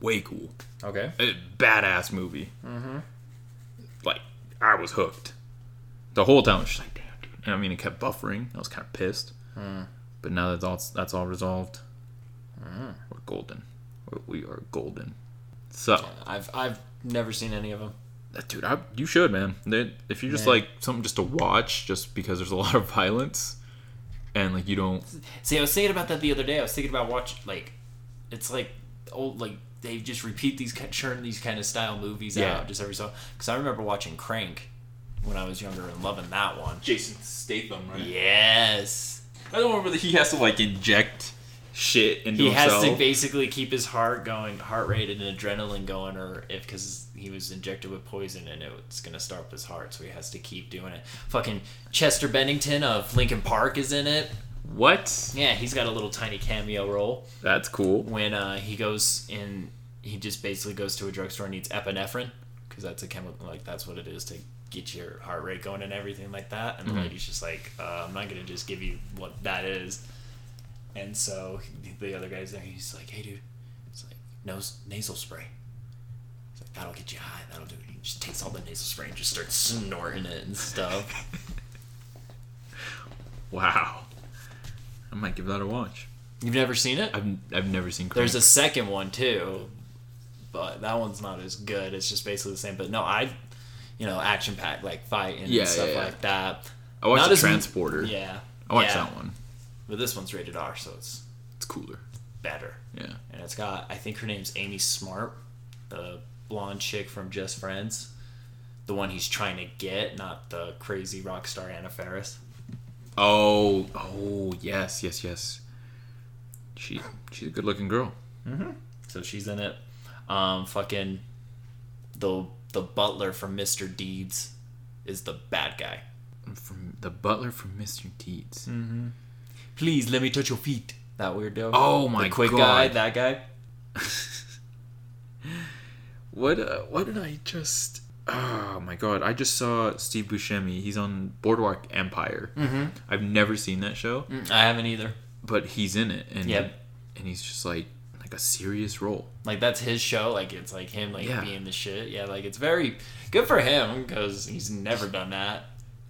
Way cool. okay. a badass movie. Mm-hmm. Like I was hooked the whole time. I was just like, damn, dude. And I mean, it kept buffering. I was kind of pissed. But now that's all that's all resolved. We're golden. We're, we are golden. So, I've I've never seen any of them. dude, I, you should, man. They- If you're just Yeah. like something just to watch, just because there's a *laughs* lot of violence, and like you don't, See, I was thinking about that the other day. I was thinking about watch like, it's like old like they just repeat these ki- churn these kind of style movies Yeah. out just every so. Because I remember watching Crank when I was younger and loving that one. Jason Statham, right? Yes. I don't remember that he has to like inject shit into he himself. has to basically keep his heart going, heart rate and adrenaline going, or if because he was injected with poison and it's gonna start up his heart, so he has to keep doing it. Fucking Chester Bennington of Lincoln Park is in it. what? Yeah, he's got a little tiny cameo role That's cool. when uh, he goes in. He just basically goes to a drugstore and needs epinephrine because that's a chemical, like that's what it is to get your heart rate going and everything like that. And the lady's just like, uh, I'm not gonna just give you what that is. And so the other guy's there. He's like, Hey, dude. It's like nose nasal spray. He's like, That'll get you high. That'll do it. He just takes all the nasal spray and just starts snorting it and stuff. Wow. I might give that a watch. You've never seen it? I've I've never seen. There's Crank. a second one too, but that one's not as good. It's just basically the same. But no, I, you know, action packed like fighting Yeah, and stuff yeah, yeah. like that. I watched not the as- Transporter. Yeah, I watched yeah. that one. But this one's rated R, so it's It's cooler. better. Yeah. And it's got I think her name's Amy Smart, the blonde chick from Just Friends, the one he's trying to get, not the crazy rock star Anna Faris. Oh, oh, yes, yes, yes. She she's a good-looking girl. So she's in it. Um, fucking the the butler from Mr. Deeds is the bad guy. From the butler from Mr. Deeds. Mm. please let me touch your feet. That weirdo. Oh my the quick God. guy, that guy. What uh, what did I just? Oh my god! I just saw Steve Buscemi. He's on Boardwalk Empire. Mm-hmm. I've never seen that show, Mm, I haven't either. but he's in it, and Yep. and he's just like like a serious role. *laughs* Like that's his show. Like it's like him like Yeah. being the shit. Yeah, like it's very good for him because he's never done that.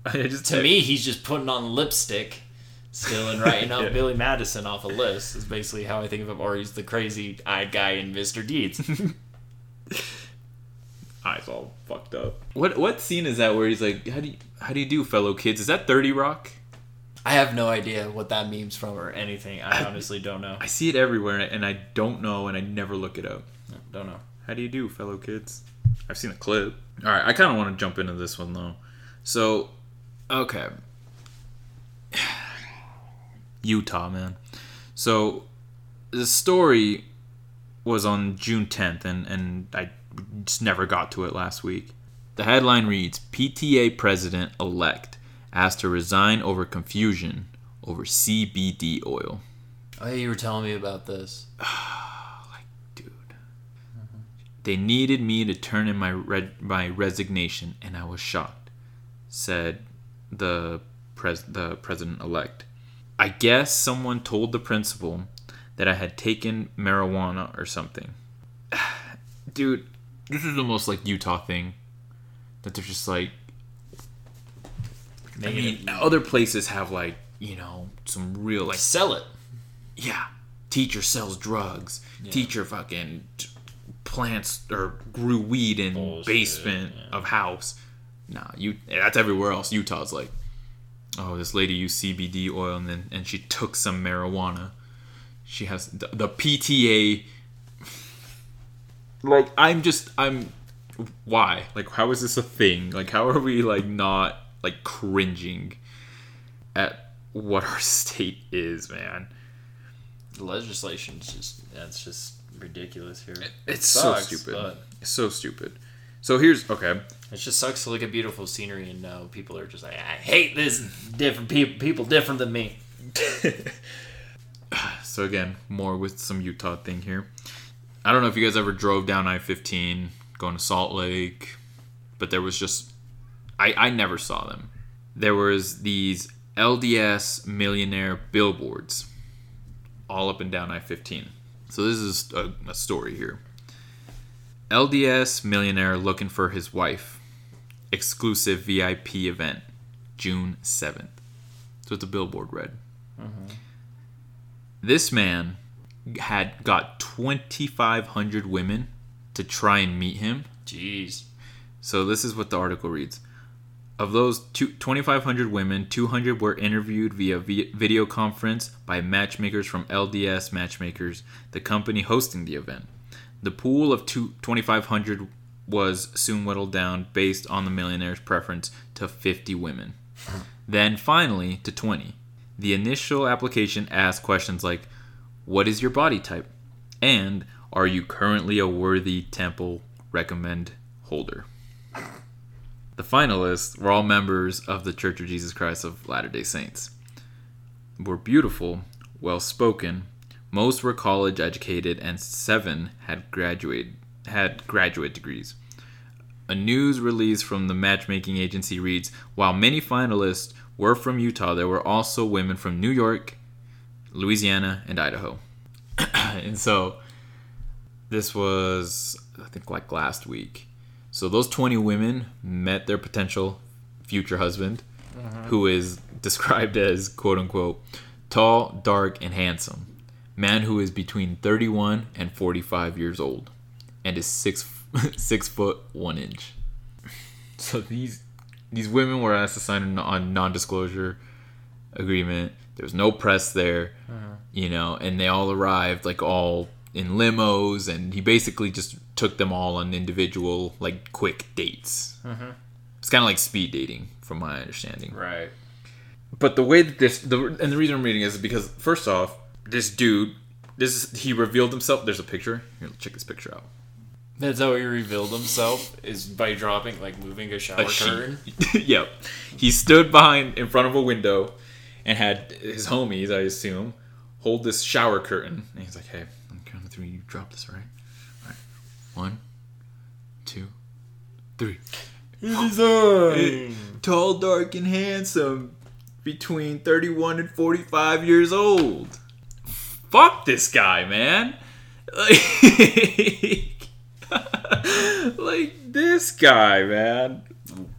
I just To me, he's just putting on lipstick. Still and writing up *laughs* Yeah. Billy Madison off a list is basically how I think of him. Or he's the crazy eyed guy in Mr. *laughs* Deeds. eyes all fucked up. What what scene is that where he's like, how do you how do you do, fellow kids? Is that Thirty Rock? I have no idea what that meme's from or anything. I honestly don't know. I see it everywhere, and I don't know, and I never look it up. Don't know. How do you do, fellow kids? I've seen the clip. All right, I kind of want to jump into this one though. So, okay. Utah, man. So, the story was on June 10th, and, and I just never got to it last week. The headline reads PTA president elect asked to resign over confusion over CBD oil. Oh, yeah, you were telling me about this. dude. They needed me to turn in my red my resignation, and I was shocked," said the pres the president elect. I guess someone told the principal that I had taken marijuana or something. *sighs* dude, this is the most like Utah thing that they're just like. I Making mean, it- other places have like you know some real like sell it. yeah, teacher sells drugs. Teacher fucking t- plants or grew weed in Bullshit, basement of house. Nah, you that's everywhere else. Utah's like, oh, this lady used CBD oil and then and she took some marijuana. She has the, the PTA. Like I'm just I'm why like how is this a thing like how are we like not like cringing at what our *laughs* state is man The legislation's just that's just ridiculous here. It's sucks, so stupid. but- It's so stupid. So here's okay. It just sucks to look at beautiful scenery and know people are just like, I hate this different people, people different than me. So again, more with some Utah thing here. I don't know if you guys ever drove down I-15 going to Salt Lake, but there was just I I never saw them. There was these LDS millionaire billboards all up and down I-15. So this is a, a story here. LDS millionaire looking for his wife. Exclusive VIP event, June 7th. That's what the billboard read. This man had got 2,500 women to try and meet him. Jeez. So this is what the article reads. Of those two- 2,500 women, 200 were interviewed via vi- video conference by matchmakers from LDS Matchmakers, the company hosting the event. The pool of two- 2,500 was soon whittled down based on the millionaire's preference to 50 women. then finally to 20. The initial application asked questions like What is your body type? And are you currently a worthy temple recommend holder? The finalists were all members of the Church of Jesus Christ of Latter day Saints. Were beautiful, well spoken, most were college educated, and seven had graduated had graduate degrees. A news release from the matchmaking agency reads While many finalists were from Utah, there were also women from New York, Louisiana, and Idaho. *clears throat* and so this was, I think, like last week. So those 20 women met their potential future husband, who is described as quote unquote tall, dark, and handsome. Man who is between 31 and 45 years old and is six *laughs* six foot one inch. So these these women were asked to sign a non- non-disclosure agreement. There was no press there, you know, and they all arrived like all in limos, and he basically just took them all on individual like quick dates. It's kind of like speed dating, from my understanding. Right. But the way that this, the, and the reason I'm reading is because first off, this dude, this he revealed himself. There's a picture. Here, check this picture out. That's how he revealed himself is by dropping like moving a shower a *laughs* curtain. sheet. yep. He stood behind in front of a window and had his homies, I assume, hold this shower curtain. And he's like, "Hey, I'm counting three. You drop this, right? All right. One, two, three. Tall, dark, and handsome, between 31 and 45 years old. Fuck this guy, man. Like, *laughs* like this guy, man.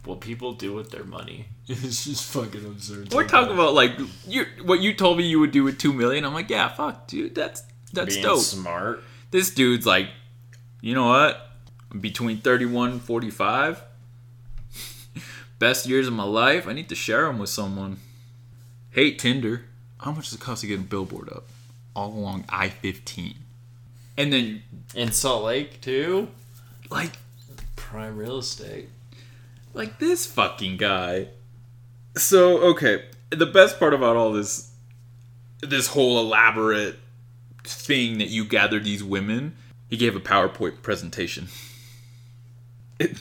What people do with their money. *laughs* It's just fucking absurd. We're talking about like you what you told me you would do with two million. I'm like, yeah, fuck, dude, that's that's being dope. smart. This dude's like, you know what? Between 31 and 45, *laughs* best years of my life. I need to share them with someone. Hate Tinder. How much does it cost to get a billboard up all along I-15? And then In Salt Lake too. like Prime real estate. like this fucking guy. So okay, the best part about all this, this whole elaborate thing that you gathered these women, he gave a PowerPoint presentation.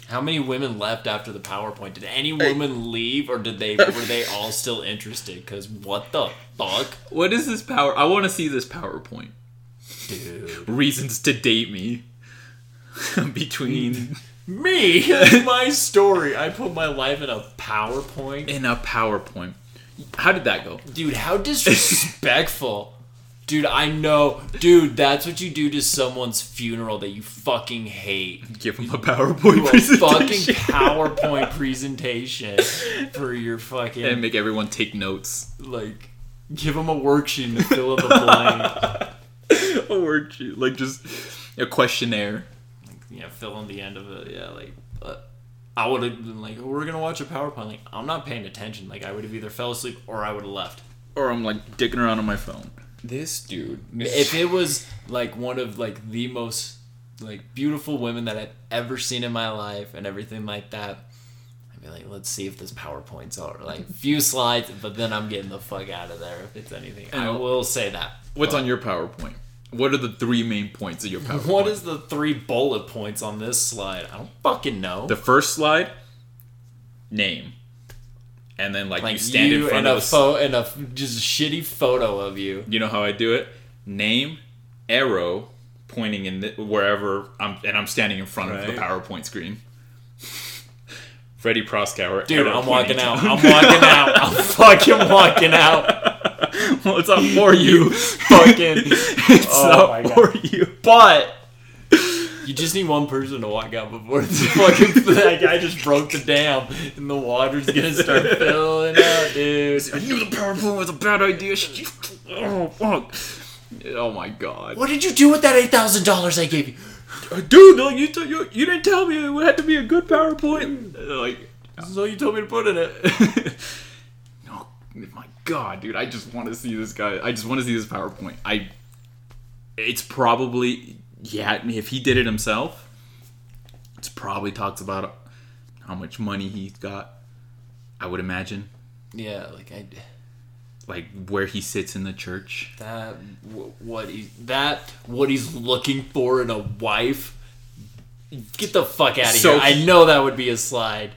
How many women left after the PowerPoint? Did any woman leave, or did they were they all still interested? Because what the fuck, What is this power? I want to see this PowerPoint. dude? Reasons to date me. *laughs* Between Me, *laughs* That's my story. I put my life in a PowerPoint, in a PowerPoint. How did that go? dude. How disrespectful, dude. I know, dude. That's what you do to someone's funeral that you *laughs* fucking hate. Give him a PowerPoint Do a presentation *laughs* fucking PowerPoint presentation for your fucking and make everyone take *laughs* notes. like. Give them a worksheet to fill in the blank. a worksheet, Oh, like just a questionnaire. yeah, fill in the end of it. Yeah, like uh, I would have been like, we're gonna watch a PowerPoint. Like I'm not paying attention. Like I would have either fell asleep or I would have left. or I'm like dicking around on my phone. This dude. If it was like one of like the most like beautiful women that I've ever seen in my life and everything like that. I'd be Like, let's see if this PowerPoint's all like *laughs* a few slides, but then I'm getting the fuck out of there if it's anything. I And- will say that. What's on your PowerPoint? What are the three main points of your *laughs* PowerPoint? What is the three bullet points on this slide? I don't fucking know. the first slide? Name. And then like, like you stand in front and of a the photo and a f- just shitty photo of you. You know how I do it? Name, arrow, pointing in the, wherever I'm, and I'm standing in front of the Right. PowerPoint screen. *laughs* Freddie Proskauer. Dude, arrow I'm walking pointing out. down. I'm walking out. I'm *laughs* fucking walking out. well, *laughs* it's not for you. *laughs* Fucking. it's Oh my not God. for you. But you just need one person to walk out before it's *laughs* fucking. that guy just broke the dam, and the water's gonna *laughs* start filling out, dude. I knew the PowerPoint was a bad idea. Oh fuck. Oh my god. What did you do with that eight thousand dollars I gave you? Dude, like you, t- you you didn't tell me it had to be a good PowerPoint. Like This is all you told me to put in *laughs* it. oh my god, dude, I just want to see this guy. I just want to see this PowerPoint. I it's probably yeah, if he did it himself, it's probably talks about how much money he's got. I would imagine. Yeah, like I. like where he sits in the church. That wh- what he, that what he's looking for in a wife. Get the fuck out of So- here! I know that would be a slide.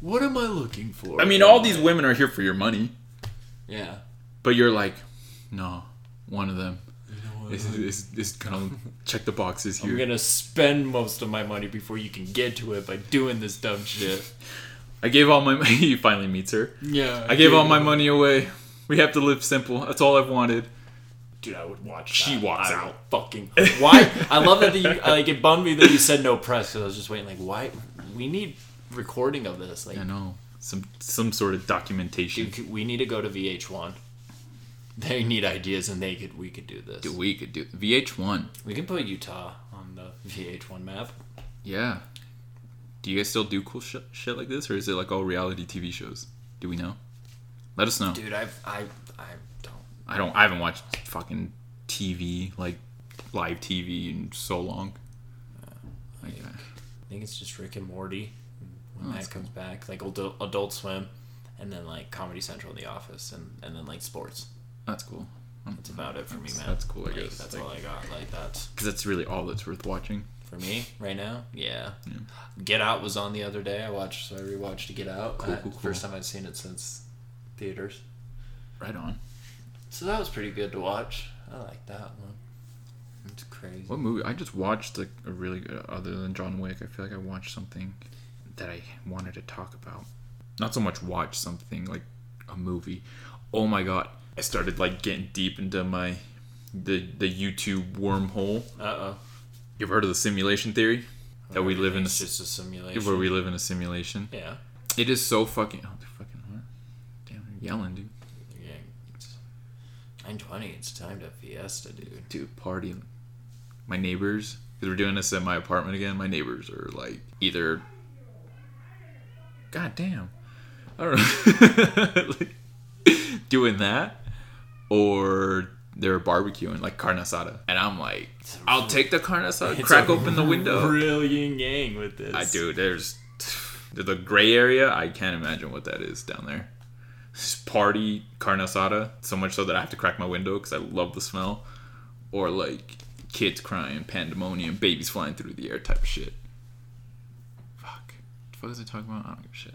What am I looking for? I mean, all these women are here for your money, Yeah. but you're like, no, one of them is, is, is gonna check the boxes I'm here. gonna spend most of my money before you can get to it by doing this dumb shit. I gave all my *laughs* money. he finally meets her. Yeah. I gave all my money away. We have to live simple. That's all I've wanted. Dude, I would watch. She that. walks I would out. Fucking. Why? I love that you like. It bummed me that you said no press because I was just waiting. Like, why? We need recording of this. Like, I know some some sort of documentation. dude, we need to go to VH1. They need ideas, and they could. We could do this. Dude, we could do VH1. We can put Utah on the VH1 map. Yeah. Do you guys still do cool sh- shit like this, or is it like all reality TV shows? Do we know? Let us know. Dude, I've I I don't. I don't. I haven't watched fucking TV like live TV in so long. Like, uh, I think it's just Rick and Morty when Oh, that that's comes back, like adult, adult Swim, and then like Comedy Central and The Office, and and then like sports. that's cool. That's about it for me, Hmm. That's- man. that's cool, I Like, guess. That's Like- all I got. Like that's Because that's really all that's worth watching. for me right now. Yeah. Yeah. Get Out was on the other day. I watched, so I rewatched Get Out. Cool, Uh, cool, cool. First time I've seen it since theaters. Right on. So that was pretty good to watch. I like that one. It's crazy. What movie? I just watched like a really good. Other than John Wick, I feel like I watched something that I wanted to talk about. Not so much watch something like a movie. Oh my god! I started like getting deep into my the the YouTube wormhole. Uh oh. You've heard of the simulation theory that we live in a, It's s- just a where simulation. we live in a simulation. Yeah. It is so fucking. Oh, they're fucking hard. Damn, they're yelling, dude. Yeah. It's Nine twenty. It's time to fiesta, dude. Dude, party. My neighbors, because we're doing this at my apartment again. My neighbors are like either. God damn, I don't know. *laughs* Like, doing that, or they're barbecuing like carne asada, and I'm like, I'll take the carne asada. It's Crack a open the window. Real yin yang with this. I do. There's *sighs* the gray area. I can't imagine what that is down there. It's party carne asada, so much so that I have to crack my window because I love the smell, or like kids crying, pandemonium, babies flying through the air type of shit. Fuck. The fuck is I talking about? I don't give a shit.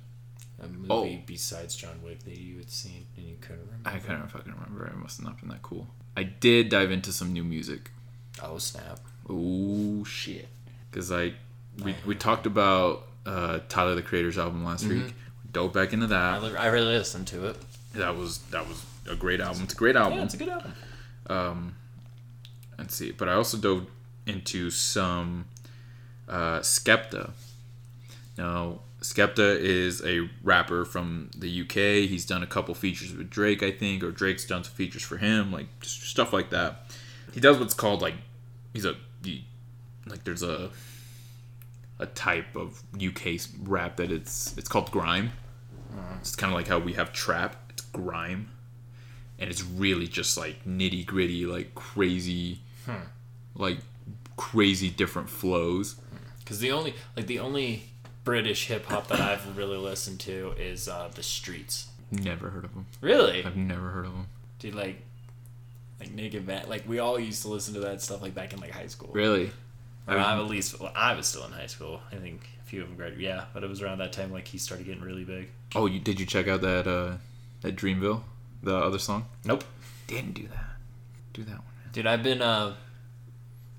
A movie Oh. besides John Wick that you had seen and you couldn't remember. I can't fucking remember. I must have not been that cool. I did dive into some new music. Oh snap! Oh shit! Because like we we talked about uh, Tyler the Creator's album last week. Dove back into that. I, li- I really listened to it. That was that was a great album. It's a great album. Yeah, it's a good album. Let's see. But I also dove into some uh, Skepta. Now, Skepta is a rapper from the UK. He's done a couple features with Drake, I think, or Drake's done some features for him, like just stuff like that. He does what's called like he's a he, like there's a a type of UK rap that it's it's called grime. It's kind of like how we have trap. It's grime, and it's really just like nitty gritty, like crazy, like crazy different flows. Because the only like the only British hip hop that I've really listened to is uh, the Streets. Never heard of them. Really, I've never heard of them. dude. Like, like Nick and Matt. Like we all used to listen to that stuff like back in like high school. Really? Or I at least well, I was still in high school. I think a few of them graduated. Yeah, but it was around that time like he started getting really big. Oh, you, did you check out that uh, that Dreamville, the other song? Nope. Didn't do that. Do that one. Dude, I've been uh,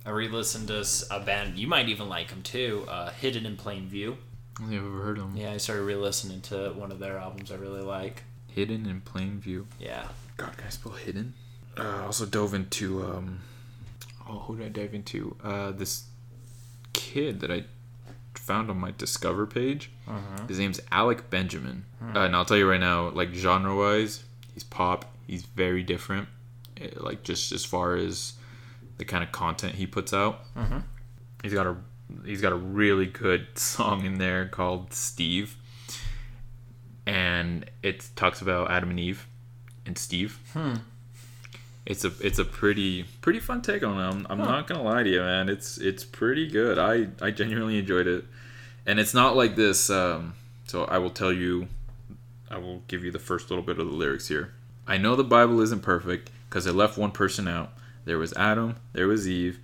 I re-listened to s- a band you might even like them too, uh, Hidden in Plain View. I don't think I've ever heard of them. Yeah, I started re-listening to one of their albums I really like. Hidden in plain view. Yeah, God, can I spell hidden? Uh, I also dove into um. Oh, who did I dive into? Uh, this kid that I found on my Discover page. His name's Alec Benjamin, uh, and I'll tell you right now, like genre-wise, he's pop. He's very different, eh, like just as far as the kind of content he puts out. He's got a he's got a really good song in there called Steve, and it talks about Adam and Eve and Steve. It's a it's a pretty pretty fun take on them. I'm not gonna lie to you, man. It's it's pretty good. I I genuinely enjoyed it, and it's not like this. Um, so I will tell you, I will give you the first little bit of the lyrics here. I know the Bible isn't perfect because it left one person out. There was Adam, there was Eve,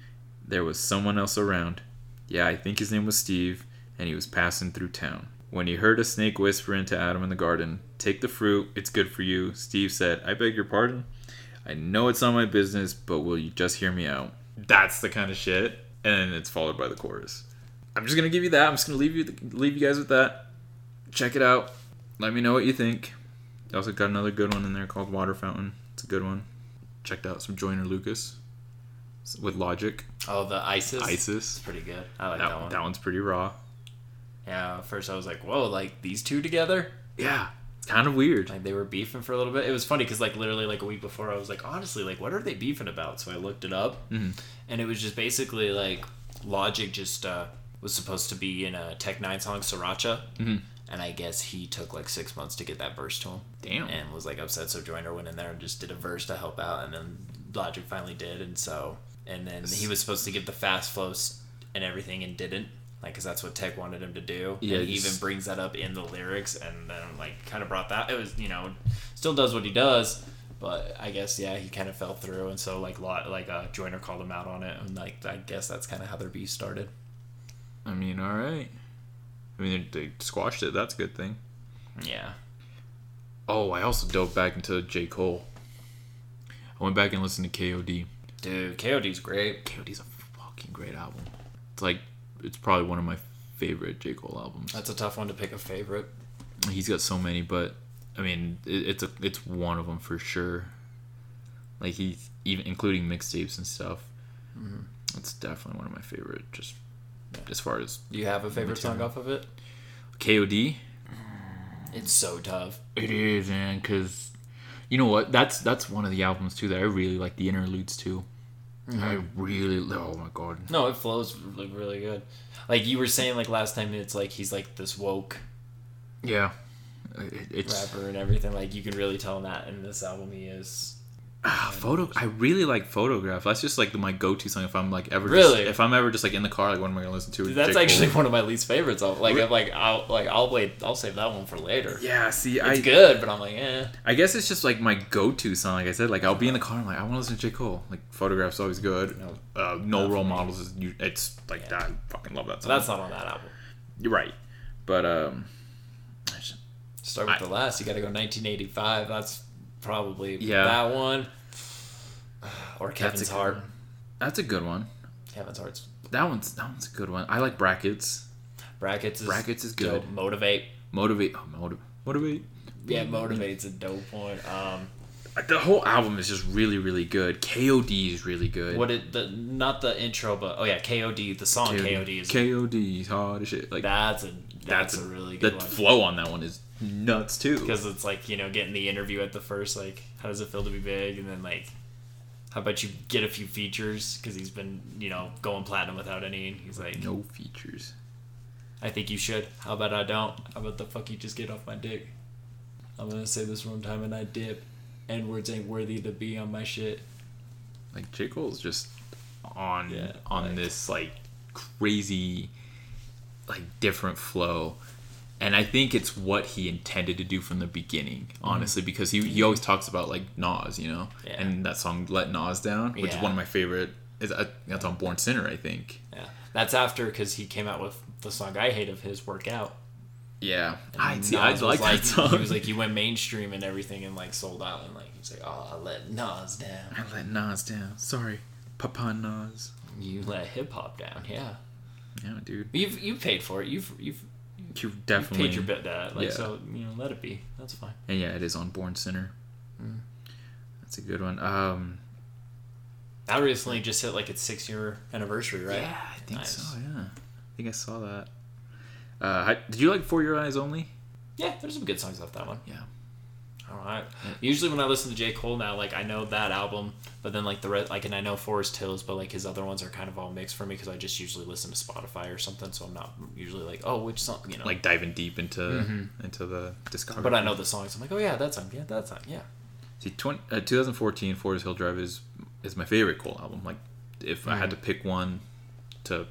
there was someone else around. Yeah, I think his name was Steve, and he was passing through town. When he heard a snake whispering to Adam in the garden, Take the fruit, it's good for you, Steve said, I beg your pardon? I know it's not my business, but will you just hear me out? That's the kind of shit. And it's followed by the chorus. I'm just gonna give you that. I'm just gonna leave you leave you guys with that. Check it out. Let me know what you think. They also got another good one in there called Water Fountain. It's a good one. Checked out some Joyner Lucas with Logic. Oh, the ISIS. ISIS. It's pretty good. I like That, that, one. that one's pretty raw. Yeah. At first, I was like, "Whoa!" Like these two together. Yeah. It's kind of weird. Like they were beefing for a little bit. It was funny because like literally like a week before, I was like, honestly, like what are they beefing about? So I looked it up, and it was just basically like Logic just uh, was supposed to be in a Tech Nine song Sriracha, and I guess he took like six months to get that verse to him. Damn. And was like upset, so Joyner went in there and just did a verse to help out, and then Logic finally did, and so and then he was supposed to give the fast flows and everything, and didn't. Like, cause that's what Tech wanted him to do. Yeah, and he just- even brings that up in the lyrics, and then like kind of brought that. It was you know, still does what he does, but I guess yeah, he kind of fell through, and so like lot like uh, Joyner called him out on it, and like I guess that's kind of how their beef started. I mean, all right. I mean, they they squashed it. That's a good thing. Yeah, Oh, I also dove back into J. Cole. I went back and listened to KOD. dude, KOD's great. KOD's a fucking great album. It's like, it's probably one of my favorite J. Cole albums. That's a tough one to pick a favorite. he's got so many, but I mean, it, it's a, it's one of them for sure. Like he's even including mixtapes and stuff. Mm-hmm. It's definitely one of my favorite. Just as far as Do you have a favorite song off of it? KOD, It's so tough. it is, man. Because you know what? That's that's one of the albums too that I really like the interludes too. Mm-hmm. I really. Oh my god. No, it flows really, really good. Like you were saying, like last time, it's like he's like this woke Yeah. It, it's rapper and everything. Like you can really tell in that in this album, he is. Ah, photo. I really like photograph. That's just like my go-to song if I'm like ever. just- Really? if I'm ever just like in the car, like what am I gonna listen to? Dude, that's J. Cole. actually *laughs* one of my least favorites. Of, like, Re- I'm like, I'll like, I'll wait, I'll save that one for later. Yeah. See, It's I good, but I'm like, eh. I guess it's just like my go-to song. Like I said, like I'll be in the car. I'm like, I want to listen to J. Cole. Like Photograph's always good. No. uh, no role models. Is, you, it's like Yeah. I fucking love that So song. that's not on that album. You're right, but um, I just- Start with I- the last. You got to go 1985. That's probably Yeah. that one. Or Kevin's good Heart. one. That's a good one. Kevin's Heart's That one's that one's a good one. I like brackets. brackets. Is Brackets is dope. good. Mm-hmm. Motivate. Motivate. Oh, motiv- motivate. Yeah, motivates a dope one. Um, Uh, The whole album is just really, really good. K.O.D. is really good. what it the not the intro, but oh yeah, KOD. The song KOD is K.O.D. is hard as shit. Like that's a that's, a, really good The one. flow on that one is nuts too. because it's like you know getting the interview at the first like how does it feel to be big and then like how about you get a few features because he's been you know going platinum without any and he's like No features. i think you should how about i don't how about the fuck you just get off my dick i'm gonna say this one time and i dip n words ain't worthy to be on my shit Like J Cole's just on Yeah, on like- this like crazy, like different flow, and I think it's what he intended to do from the beginning. Honestly, because he he always talks about like Nas, you know, Mm-hmm. Yeah. and that song "Let Nas Down," which is Yeah. one of my favorite. Is uh, that's on Born Sinner, I think. yeah that's after because he came out with the song i hate of his work out Yeah, And I see. Nas I was like that song. he was *laughs* like you went mainstream and everything and like sold out and like he's like oh i let nas down I let Nas down. Sorry, Papa Nas. you let hip-hop down yeah Yeah, dude, You've you paid for it. You've you've, you you've definitely paid your bit that like Yeah. so you know let it be. That's fine. And yeah, it is on Born Sinner. Mm. That's a good one. Um, That recently just hit like its six year anniversary, right? Yeah, I think Nice. so. Yeah, I think I saw that. Uh, hi- did you like For Your Eyes Only? Yeah, there's some good songs off that one. Yeah. All right. Usually when I listen to J Cole now, like I know that album, but then like the re- like and I know Forest Hills, but like his other ones are kind of all mixed for me because I just usually listen to Spotify or something, so I'm not usually like oh which song you know. Like diving deep into into the discography. Mm-hmm. but I know the songs. I'm like oh yeah that song yeah that song yeah. See, 20, uh, 2014 Forest Hill Drive is is my favorite Cole album. Like, if I Mm. had to pick one to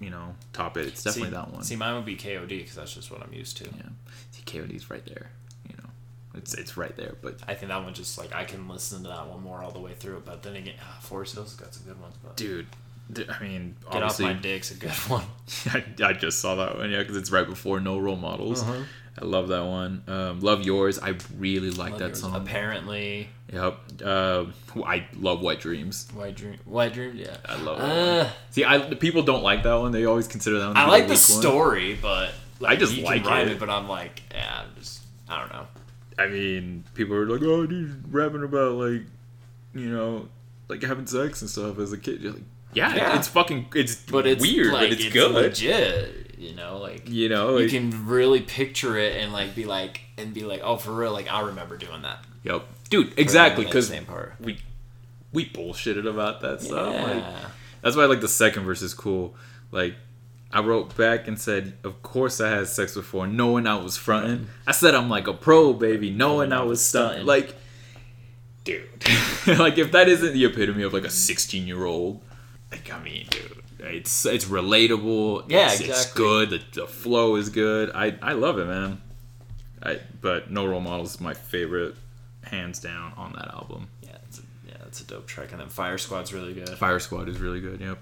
you know top it, it's definitely Mm-hmm. see, that one. See mine would be K O D because that's just what I'm used to. yeah, see, KOD's right there. You know, It's it's right there, but I think that one just like I can listen to that one more all the way through. But then again, ah, Forest Hills has got some good ones. But dude, d- I mean, Get off obviously, my dick's a good *laughs* one. *laughs* I, I just saw that one, yeah, because it's right before No Role Models. Uh-huh. I love that one. Um, love Yours. I really like Love that yours. song. Apparently, Yep. Uh, I love Wet Dreams. White Dream. White Dream. Yeah. I love that one. Uh, See, I the people don't like that one. They always consider that one. to I be like the weak one. story, but like, just you like can rhyme it. But I'm like, yeah, I'm just I don't know. I mean, people are like, "Oh, dude, rapping about like, you know, like having sex and stuff as a kid." You're like, yeah, Yeah. it's fucking, it's But it's weird, like, but it's, good. legit. You know, like You know, you it- can really picture it and like be like and be like, oh, for real, like I remember doing that. yep, dude, exactly, that because same part. we we bullshitted about that stuff. Like, Yeah. that's why like the second verse is cool. Like, I wrote back and said, "Of course I had sex before, knowing I was fronting." I said, "I'm like a pro, baby, knowing I was stunting." Like, dude, *laughs* like if that isn't the epitome of like a 16 year old, like I mean, dude, it's it's relatable. Yeah, it's, It's exactly. good. The, the flow is good. I I love it, man. I but no role models is my favorite, hands down on that album. yeah, it's a, yeah, it's a dope track. And then Fire Squad's really good. Fire Squad is really good. Yep.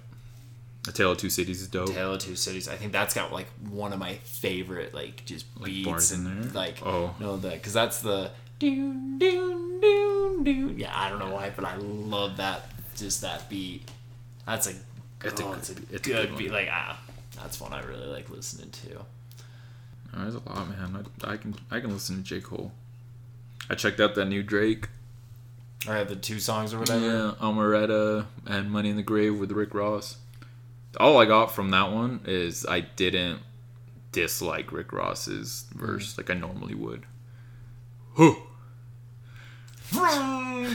A Tale of Two Cities is dope. Tale of Two Cities. I think that's got like one of my favorite like just Like beats bars in and there? like Oh. no that because that's the doon doon doon doon. Yeah, I don't know why, but I love that just that beat. That's a It's a oh, good it's a beat. good, It's a good one. beat. Like ah, that's one I really like listening to. Oh, There's a lot, man. I, I can I can listen to J Cole. I checked out that new Drake. Or the two songs or whatever. Yeah, Amaretta and Money in the Grave with Rick Ross. All I got from that one is I didn't dislike Rick Ross's verse Mm. like I normally would. Whew. *laughs* Yeah,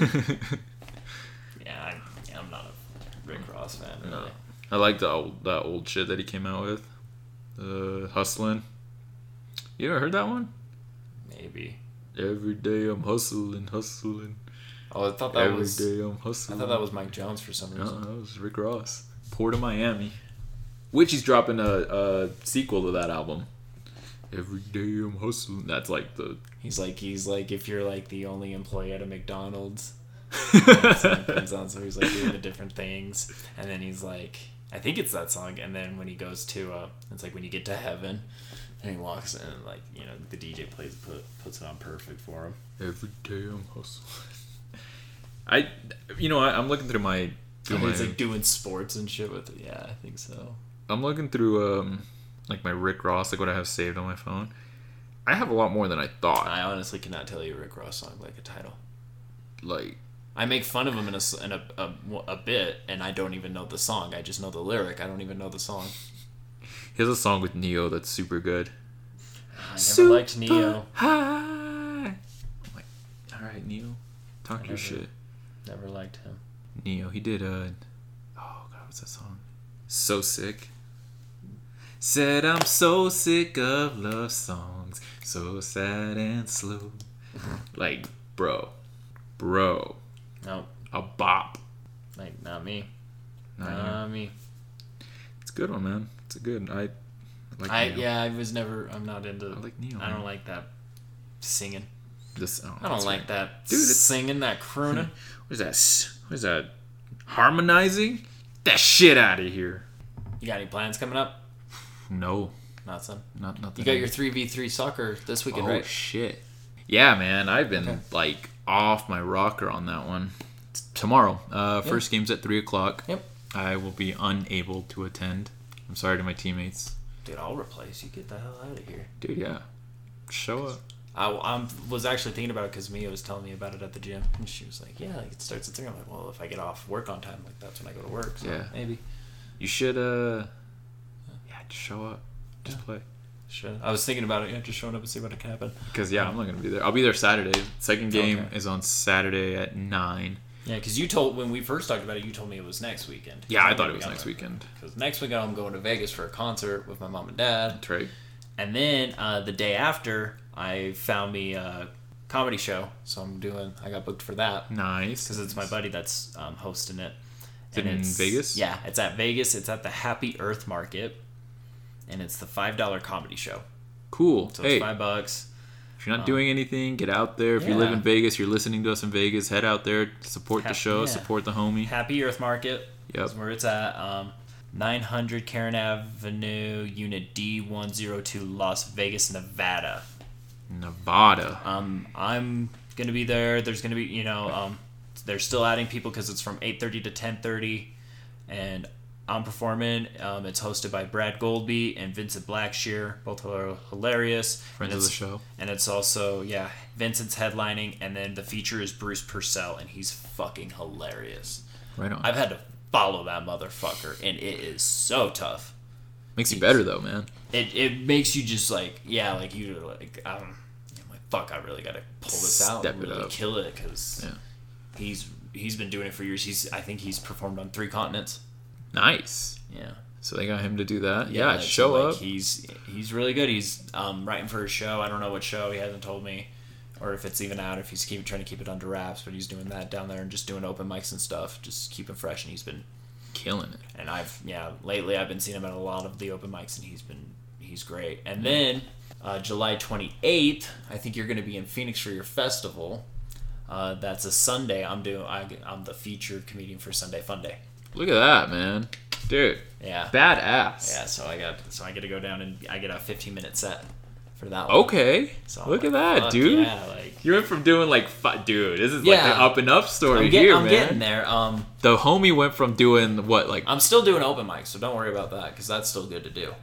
I'm, yeah, I'm not a Rick Ross fan. Really. No. I like the old that old shit that he came out with. Uh, hustling. You ever heard that one? Maybe. Every day I'm hustling, hustling. Oh, I thought that Every was. day Uh-uh. I'm I hustling. thought that was Mike Jones for some reason. No, that was Rick Ross. Port of Miami. Which he's dropping a, a sequel to that album. Every day I'm hustling. That's like *laughs* the. He's like, he's like, if you're like the only employee at *laughs* a McDonald's, it comes on. So he's like doing the different things, and then he's like, I think it's that song. And then when he goes to, uh, it's like when you get to heaven, and he walks in, and like you know, the DJ plays put, puts it on perfect for him. Every day I'm hustling. I, you know, I, I'm looking through my. Through And my he's like doing sports and shit with it. Yeah, I think so. I'm looking through um, like my Rick Ross, like what I have saved on my phone. I have a lot more than I thought. I honestly cannot tell you a Rick Ross song like a title. Like, I make fun of him in a s- in a, a, a bit, and I don't even know the song. I just know the lyric. I don't even know the song. he has a song with Neo that's super good. I never Super liked Neo. Hi. I'm like, all right, Neo, talk your Whatever. shit. Never liked him. Neo. He did uh oh god, what's that song? So sick. Said I'm so sick of love songs, so sad and *laughs* slow. like, bro, bro, Nope. a bop. Like not me. Not you. Not me. It's a good one, man. It's a good. I like. I Neo. yeah, I was never I'm not into I like Neo. I man. don't like that singing. this. Oh, I don't like that Dude, it's- singing, *laughs* that crooning. What's that? s- What's that? Harmonizing? Get That shit out of here. you got any plans coming up? No, Not some. not nothing. You got your three v three soccer this weekend, Oh right? shit! Yeah, man, I've been Okay. like off my rocker on that one. It's tomorrow, uh, first game's at three o'clock. Yep. I will be unable to attend. I'm sorry to my teammates, Dude, I'll replace you. Get the hell out of here. dude. Yeah, show up. I I'm, was actually thinking about it because Mia was telling me about it at the gym, and she was like, "Yeah, like it starts at 3. I'm like, "Well, if I get off work on time, like that's when I go to work." So Yeah. maybe. You should. uh Yeah, just show up. Just play. Should I was thinking about it. Yeah, just showing up and see what can happen. Because yeah, I'm not gonna be there. I'll be there Saturday. Second game Okay. is on Saturday at nine. Yeah, because you told when we first talked about it, you told me it was next weekend. Yeah, I thought it was next weekend. Because next weekend I'm going to Vegas for a concert with my mom and dad, Trey. and then uh, the day after I found me a comedy show, so I'm doing. I got booked for that Nice. because it's my buddy that's um, hosting it. Is it in Vegas? Yeah, it's at Vegas. It's at the Happy Earth Market, and it's the five dollar comedy show. Cool. So it's hey, five bucks. If you're not doing anything, get out there. If you live Um, yeah. in Vegas, you're listening to us in Vegas, head out there, support the Heck, show, yeah. support the homie. Happy Earth Market Yep. is where it's at. Um, 900 Karen Avenue, Unit D102, Las Vegas, Nevada. Nevada. Um, I'm gonna be there. There's gonna be, you know, um, they're still adding people because it's from 8:30 to 10:30, and I'm performing. Um, it's hosted by Brad Goldby and Vincent Blackshear. Both are hilarious. Friends And of the it's- show. And it's also yeah, Vincent's headlining, and then the feature is Bruce Purcell, and he's fucking hilarious. Right on. I've had to follow that motherfucker, and it is so tough. Makes you better though, man. It it makes you just like yeah, like you like um, I'm like fuck, I really gotta pull this out, Step and it really up. kill it because Yeah. he's he's been doing it for years. He's I think he's performed on three continents. Nice. Yeah. So they got him to do that. Yeah, so, show like, up. He's he's really good. He's um, writing for a show. I don't know what show. He hasn't told me, or if it's even out. If he's keep trying to keep it under wraps, but he's doing that down there and just doing open mics and stuff, just keeping fresh. And he's been Killing it. and I've yeah lately I've been seeing him at a lot of the open mics and he's been he's great. And then uh, July 28th, I think you're going to be in Phoenix for your festival. Uh, that's a Sunday. I'm doing I, I'm the featured comedian for Sunday Fun Day. Look at that, man. Dude, Yeah. badass. Yeah, so I got so I get to go down and I get a 15 minute set for that. one. Okay. So I'm Oh, Look at like, that, fuck dude. Yeah, like You went from doing like, fi- dude, this is like Yeah. the up and up story I'm, get, here, I'm man. getting there. Um, The homie went from doing what, like, I'm still doing open mics, so don't worry about that because that's still good to do.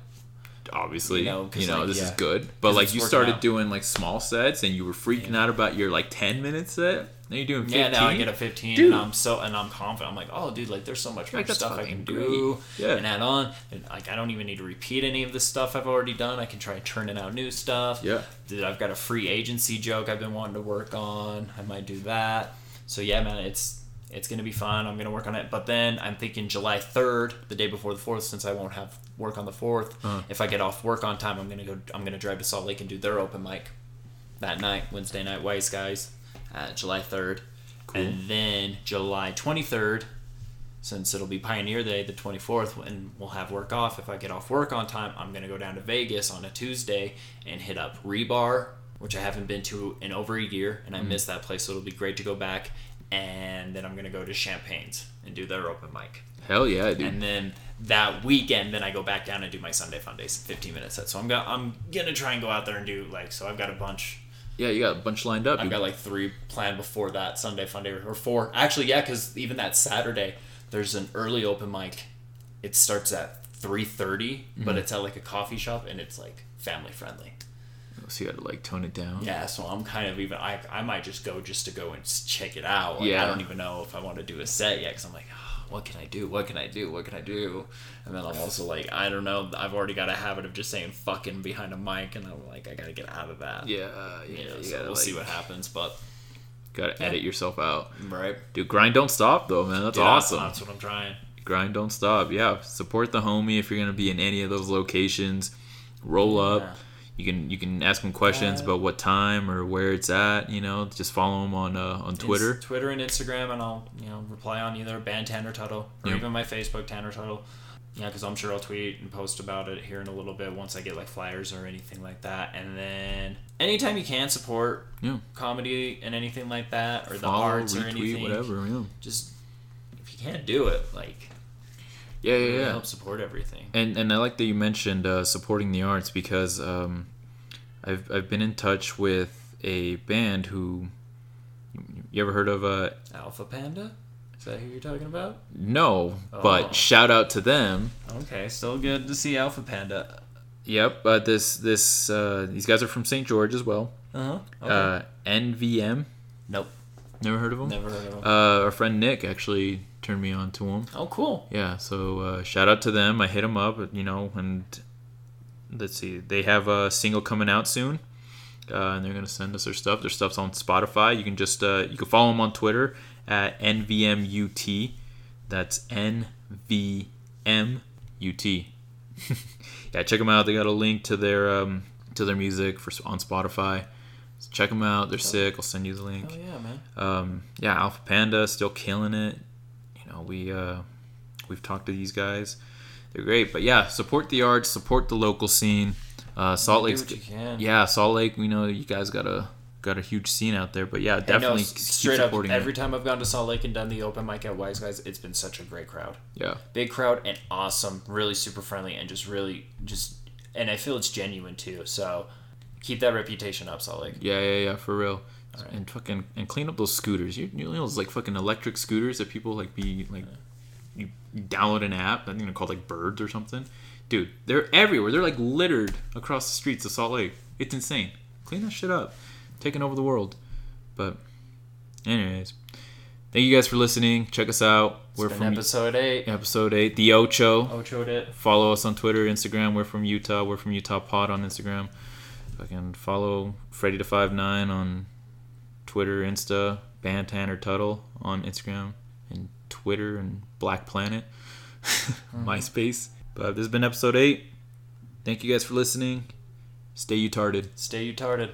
obviously, you you know, know, 'cause, like, this is yeah. good, but 'Cause like it's you working started out. doing like small sets and you were freaking out about your like ten minute set. Now you're doing fifteen. Yeah, now I get a 15, Dude. and I'm so and I'm confident. I'm like, oh, dude, like there's so much more Like, that's stuff I fucking can great. do Yeah. and add on. And like, I don't even need to repeat any of the stuff I've already done. I can try turning out new stuff. Yeah. dude, I've got a free agency joke I've been wanting to work on. I might do that. So yeah, man, it's it's gonna be fun. I'm gonna work on it. But then I'm thinking July 3rd, the day before the 4th, since I won't have work on the 4th. Uh-huh. If I get off work on time, I'm gonna go. I'm gonna drive to Salt Lake and do their open mic that night, Wednesday night, Wise Guys, uh, July 3rd. Cool. And then July 23rd, since it'll be Pioneer Day, the 24th, and we'll have work off. If I get off work on time, I'm going to go down to Vegas on a Tuesday and hit up Rebar, which I haven't been to in over a year, and I miss that place, so it'll be great to go back. And then I'm going to go to Champagne's and do their open mic. Hell yeah, dude. And then that weekend, then I go back down and do my Sunday fun days, 15 minute set. So I'm gonna I'm gonna try and go out there and do like so. I've got a bunch yeah, you got a bunch lined up. I've You- got like three planned before that Sunday fun day or four. Actually, yeah, because even that Saturday, there's an early open mic. It starts at three but it's at like a coffee shop and it's like family friendly. so you got to like tone it down. Yeah, so I'm kind of even. I I might just go just to go and s- check it out. Like, Yeah. I don't even know if I want to do a set yet because I'm like. "Ah, What can I do? What can I do? What can I do? And then I'm also like, I don't know. I've already got a habit of just saying fucking behind a mic, and I'm like, I gotta get out of that. Yeah, uh, yeah. yeah. you so gotta, we'll like, see what happens, but Gotta edit yourself out, right. dude. Grind don't stop though, man. That's Dude, that's- awesome. That's what I'm trying. grind don't stop yeah support the homie if you're gonna be in any of those locations roll up Yeah. you can you can ask him questions about what time or where it's at you know just follow him on uh, on twitter Ins- Twitter and Instagram, and I'll you know reply on either ban Tanner Tuttle or Yeah. even my Facebook Tanner Tuttle. Yeah, because I'm sure I'll tweet and post about it here in a little bit once I get like flyers or anything like that. And then anytime you can support yeah comedy and anything like that, or the follow arts or retweet anything, E whatever yeah just if you can't do it, like yeah yeah, really yeah. help support everything. And and I like that you mentioned uh, supporting the arts because um, I've I've been in touch with a band who you ever heard of uh Alpha Panda, is that who you're talking about? no Oh. but shout out to them Okay, still good to see Alpha Panda. yep uh, this this uh, these guys are from St George as well Uh huh. Okay. uh, NVM. nope, Never heard of them. never heard of him. Uh, our friend Nick actually turned me on to them. oh, cool. Yeah, so uh, shout out to them. I hit them up, you know, and let's see, they have a single coming out soon, uh, and they're gonna send us their stuff. Their stuff's on Spotify. You can just uh, you can follow them on Twitter at nvmut. That's nvmut. *laughs* yeah, check them out. They got a link to their um, to their music for on Spotify. So check them out. They're sick. I'll send you the link Oh yeah, man. um, yeah, Alpha Panda still killing it. You know, we uh, we've talked to these guys; they're great. But yeah, support the arts, support the local scene. Uh, Salt Do Lake's what you can. yeah, Salt Lake. We know you guys got a got a huge scene out there, but yeah, I know, definitely s- keep straight up, supporting it. every time I've gone to Salt Lake and done the open mic at Wise Guys, it's been such a great crowd. Yeah, Big crowd and awesome, really super friendly, and just really just. And I feel it's genuine too. So keep that reputation up, Salt Lake. yeah, yeah, yeah, for real. And fucking and clean up those scooters. You, you know those like fucking electric scooters that people like be like, you download an app. I think they're called like Birds or something. Dude, they're everywhere. They're like littered across the streets of Salt Lake. It's insane. Clean that shit up. Taking over the world. But, anyways, thank you guys for listening. Check us out. We're We're been from episode eight. episode eight, the Ocho. Ochoed it. follow us on Twitter, Instagram. We're from Utah. We're from Utah Pod on Instagram. Fucking follow Freddy to Five Nine on Twitter, Insta, Bantan or Tuttle on Instagram and Twitter and Black Planet, *laughs* MySpace. But this has been episode eight. Thank you guys for listening. Stay utarded. Stay you tarded.